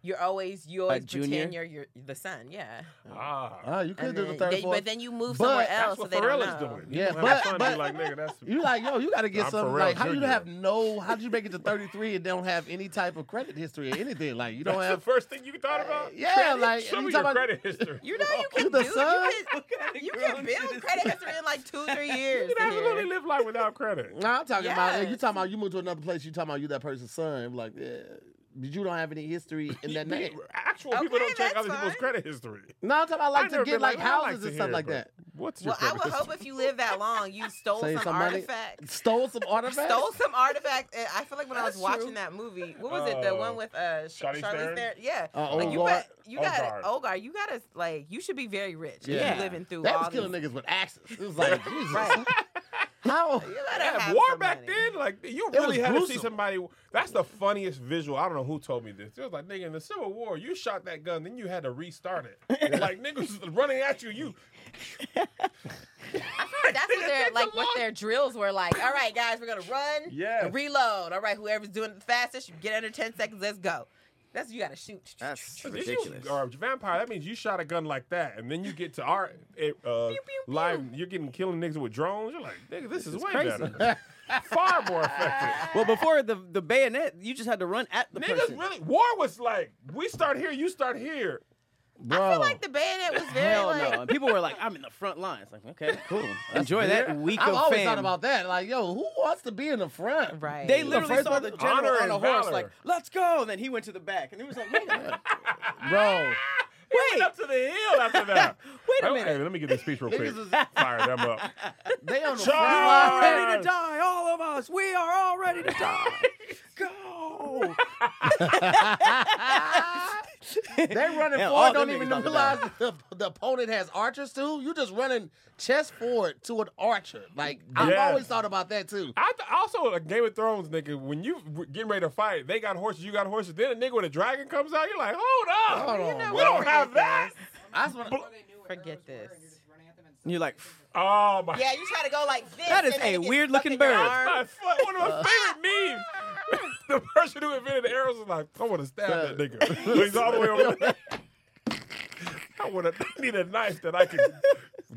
You're always you always
junior?
pretend you're, you're the son, yeah.
Ah,
Ah, you could
And
do
then
the third,
they-
fourth.
but then you move
But
somewhere
that's
else,
that's
so
what
they don't
Pharrell is
know.
doing.
Yeah,
you
but-
son,
but-
be like, nigga, *laughs* that's
You like, yo, you got to get
I'm
something.
Pharrell
Like, how do you
Jr..
have no? How did you make it to 33 and don't have any type of credit history or anything? Like, you don't
that's
have.
the first thing you thought about.
Yeah,
Credit?
like,
show
you
me
talk
your
about-
credit history.
*laughs* You know you can
You the
do
son?
you can, you can build credit history in like two, three years.
You
to
can absolutely
here.
live life without credit.
Nah, I'm talking about you.
Yes.
Talking about you moved to another place. You talking about you that person's son. Like, yeah, but you don't have any history in
*laughs*
that
You-
name.
Actual
Okay,
people don't check
that's
other people's
fine.
credit history.
No, I'm talking about
I've
like
never
to
been
get like
"Man, I
houses
to
and
hear
stuff
it,
like
but
that.
What's your
Well, I
credit
would hope
history?
if you live that long,
*laughs*
you stole
Save
some
some money.
artifacts.
Stole some artifacts.
Stole some artifacts. And I feel like when I was
That's
watching
true.
that movie, what was it? The
Uh,
one with uh, Sh-
Charlize
Charlize
Theron?
Theron. Yeah.
Uh,
like you
Ogard.
got, you got,
Ogard.
Ogar. You got to like, you should be very rich. If
Yeah.
you living through
That
all
was killing
these.
niggas with axes. It
*laughs*
was like, Jesus,
Right.
*laughs* how?
You gotta
Yeah,
have
war
some
back
money.
then, *laughs* like you
was
really had to see
gruesome.
somebody. That's the funniest visual. I don't know who told me this. It was like nigga in the Civil War, you shot that gun, then you had to restart
*laughs*
it. like niggas was running at you, you
I feel like that's what their like what their drills were like. All right, guys, we're gonna run,
Yes.
and reload. All right, whoever's doing it the fastest, you get under ten seconds. Let's go. That's you gotta shoot.
That's
If
ridiculous.
You, or vampire, that means you shot a gun like that, and then you get to our it, uh, live. You're getting killing niggas with drones. You're like, nigga, this, is,
is
way
crazy.
better, far
*laughs*
more effective.
Well, before the the bayonet, you just had to run at the person.
Niggas really war was like, we start here, you start here.
Bro.
I feel like the bayonet was very
Hell
like.
no! And people were like, "I'm in the front lines." Like, okay, cool. Enjoy that week
I've
of
always
fame.
thought about that. Like, yo, who wants to be in the front?
Right.
They
The
literally
first
saw
one-
the general
Honor
on a
and
horse,
valor.
like, "Let's go!" And then he went to the back, and it was like, "Wait, a minute.
bro.
Wait up to the hill after that.
Wait a
Oh,
minute.
Hey, let me get this speech real quick.
Niggas is-
Fire them up.
They on the
Charge!
front
we're
line.
ready to die, all of us. We are all ready to *laughs* die. go!" *laughs*
They running
Yeah, all
forward,
them
don't even
niggas about to
realize that the, the opponent has archers too. You just running chest forward to an archer. Like I've
Yeah.
always thought about that too.
I th- also like Game of Thrones, nigga. When you w- getting ready to fight, they got horses, you got horses. Then a nigga with a dragon comes out, you're like, hold up,
Hold
You
on,
know
bro.
we
what?
don't have that.
I just wanna-
Forget this.
And you're like,
Oh my
Yeah, you try to go like this.
That is
and then
a
it gets
weird
stuck in
looking
your
bird.
*laughs*
arm.
my fu- one of my favorite memes. *laughs* the person who invented the arrows was like, I want to stab that nigga. *laughs* He's all the way over there. *laughs* I want to need a knife that I can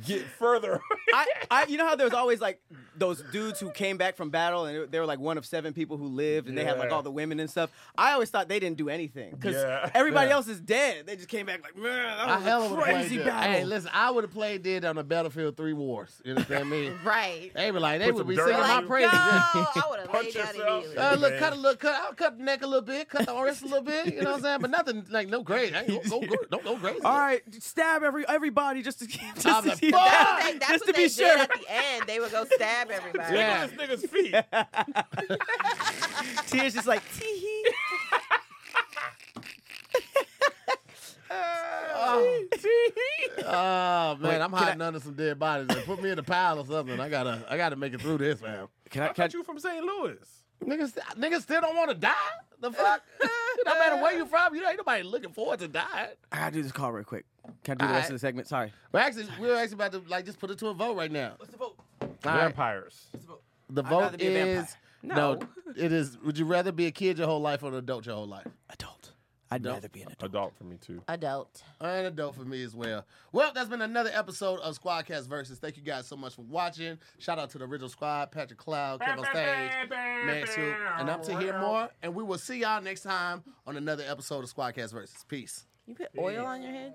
get further. *laughs*
I, I, you know how there was always like those dudes who came back from battle and they were like one of seven people who lived and they had like
Yeah.
all the women and stuff. I always thought they didn't do anything because
Yeah.
everybody
Yeah.
else is dead. They just came back like, man,
I
that
hella
was a
would have played
crazy
dead.
battle.
Hey, listen, I would have played dead on the battlefield three wars. You understand
*laughs*
me?
Right.
They be like, they
Put
would
some
be
dirt
singing
on
my
it.
Like, go.
praises.
*laughs* I would have
Punch
laid down
yourself.
immediely.
Uh, look,
Man.
cut a little cut. I'll cut the neck a little bit, cut the wrist a little bit. You know what I'm saying? But nothing like no great. Hey, don't
*laughs*
go, go, don't go crazy.
all right, stab every everybody just to *laughs* just,
I'm
to,
like,
see-
"Fuck!"
That's what they,
oh!
that's
just
what
to
they
be
did
sure. *laughs*
at the end. They would go *laughs* stab everybody.
Yeah.
Tickle this nigga's feet.
Tears just like, tee hee.
Oh,
tee hee.
oh, man,
Wait,
I'm
can I-
hiding under some dead bodies. Man. Put me in a pile or something. I gotta, I gotta make it through this, man.
Can
I thought you were from St. Louis.
Niggas, niggas still don't want to die. The
*laughs*
fuck? Eh, no matter where you from, you know, ain't nobody looking forward to die.
I gotta do this call real quick. Can I do the rest
Alright.
of the segment? Sorry.
We're actually, we're actually about to like just put it to a vote right now.
What's the vote?
All right.
Vampires.
The
I'd rather
vote
be a vampire.
is no.
*laughs*
It is. Would you rather be a kid your whole life or an adult your whole life?
Adult. I'd rather be an adult.
Adult for me too.
Adult.
an adult for me as well. Well, that's been another episode of Squadcast Versus. Thank you guys so much for watching. Shout out to the original squad, Patrick Cloud, Kevin on Stage, Max Hoop, and I'm to hear more. And we will see y'all next time on another episode of Squadcast Versus. Peace.
You put oil on your head?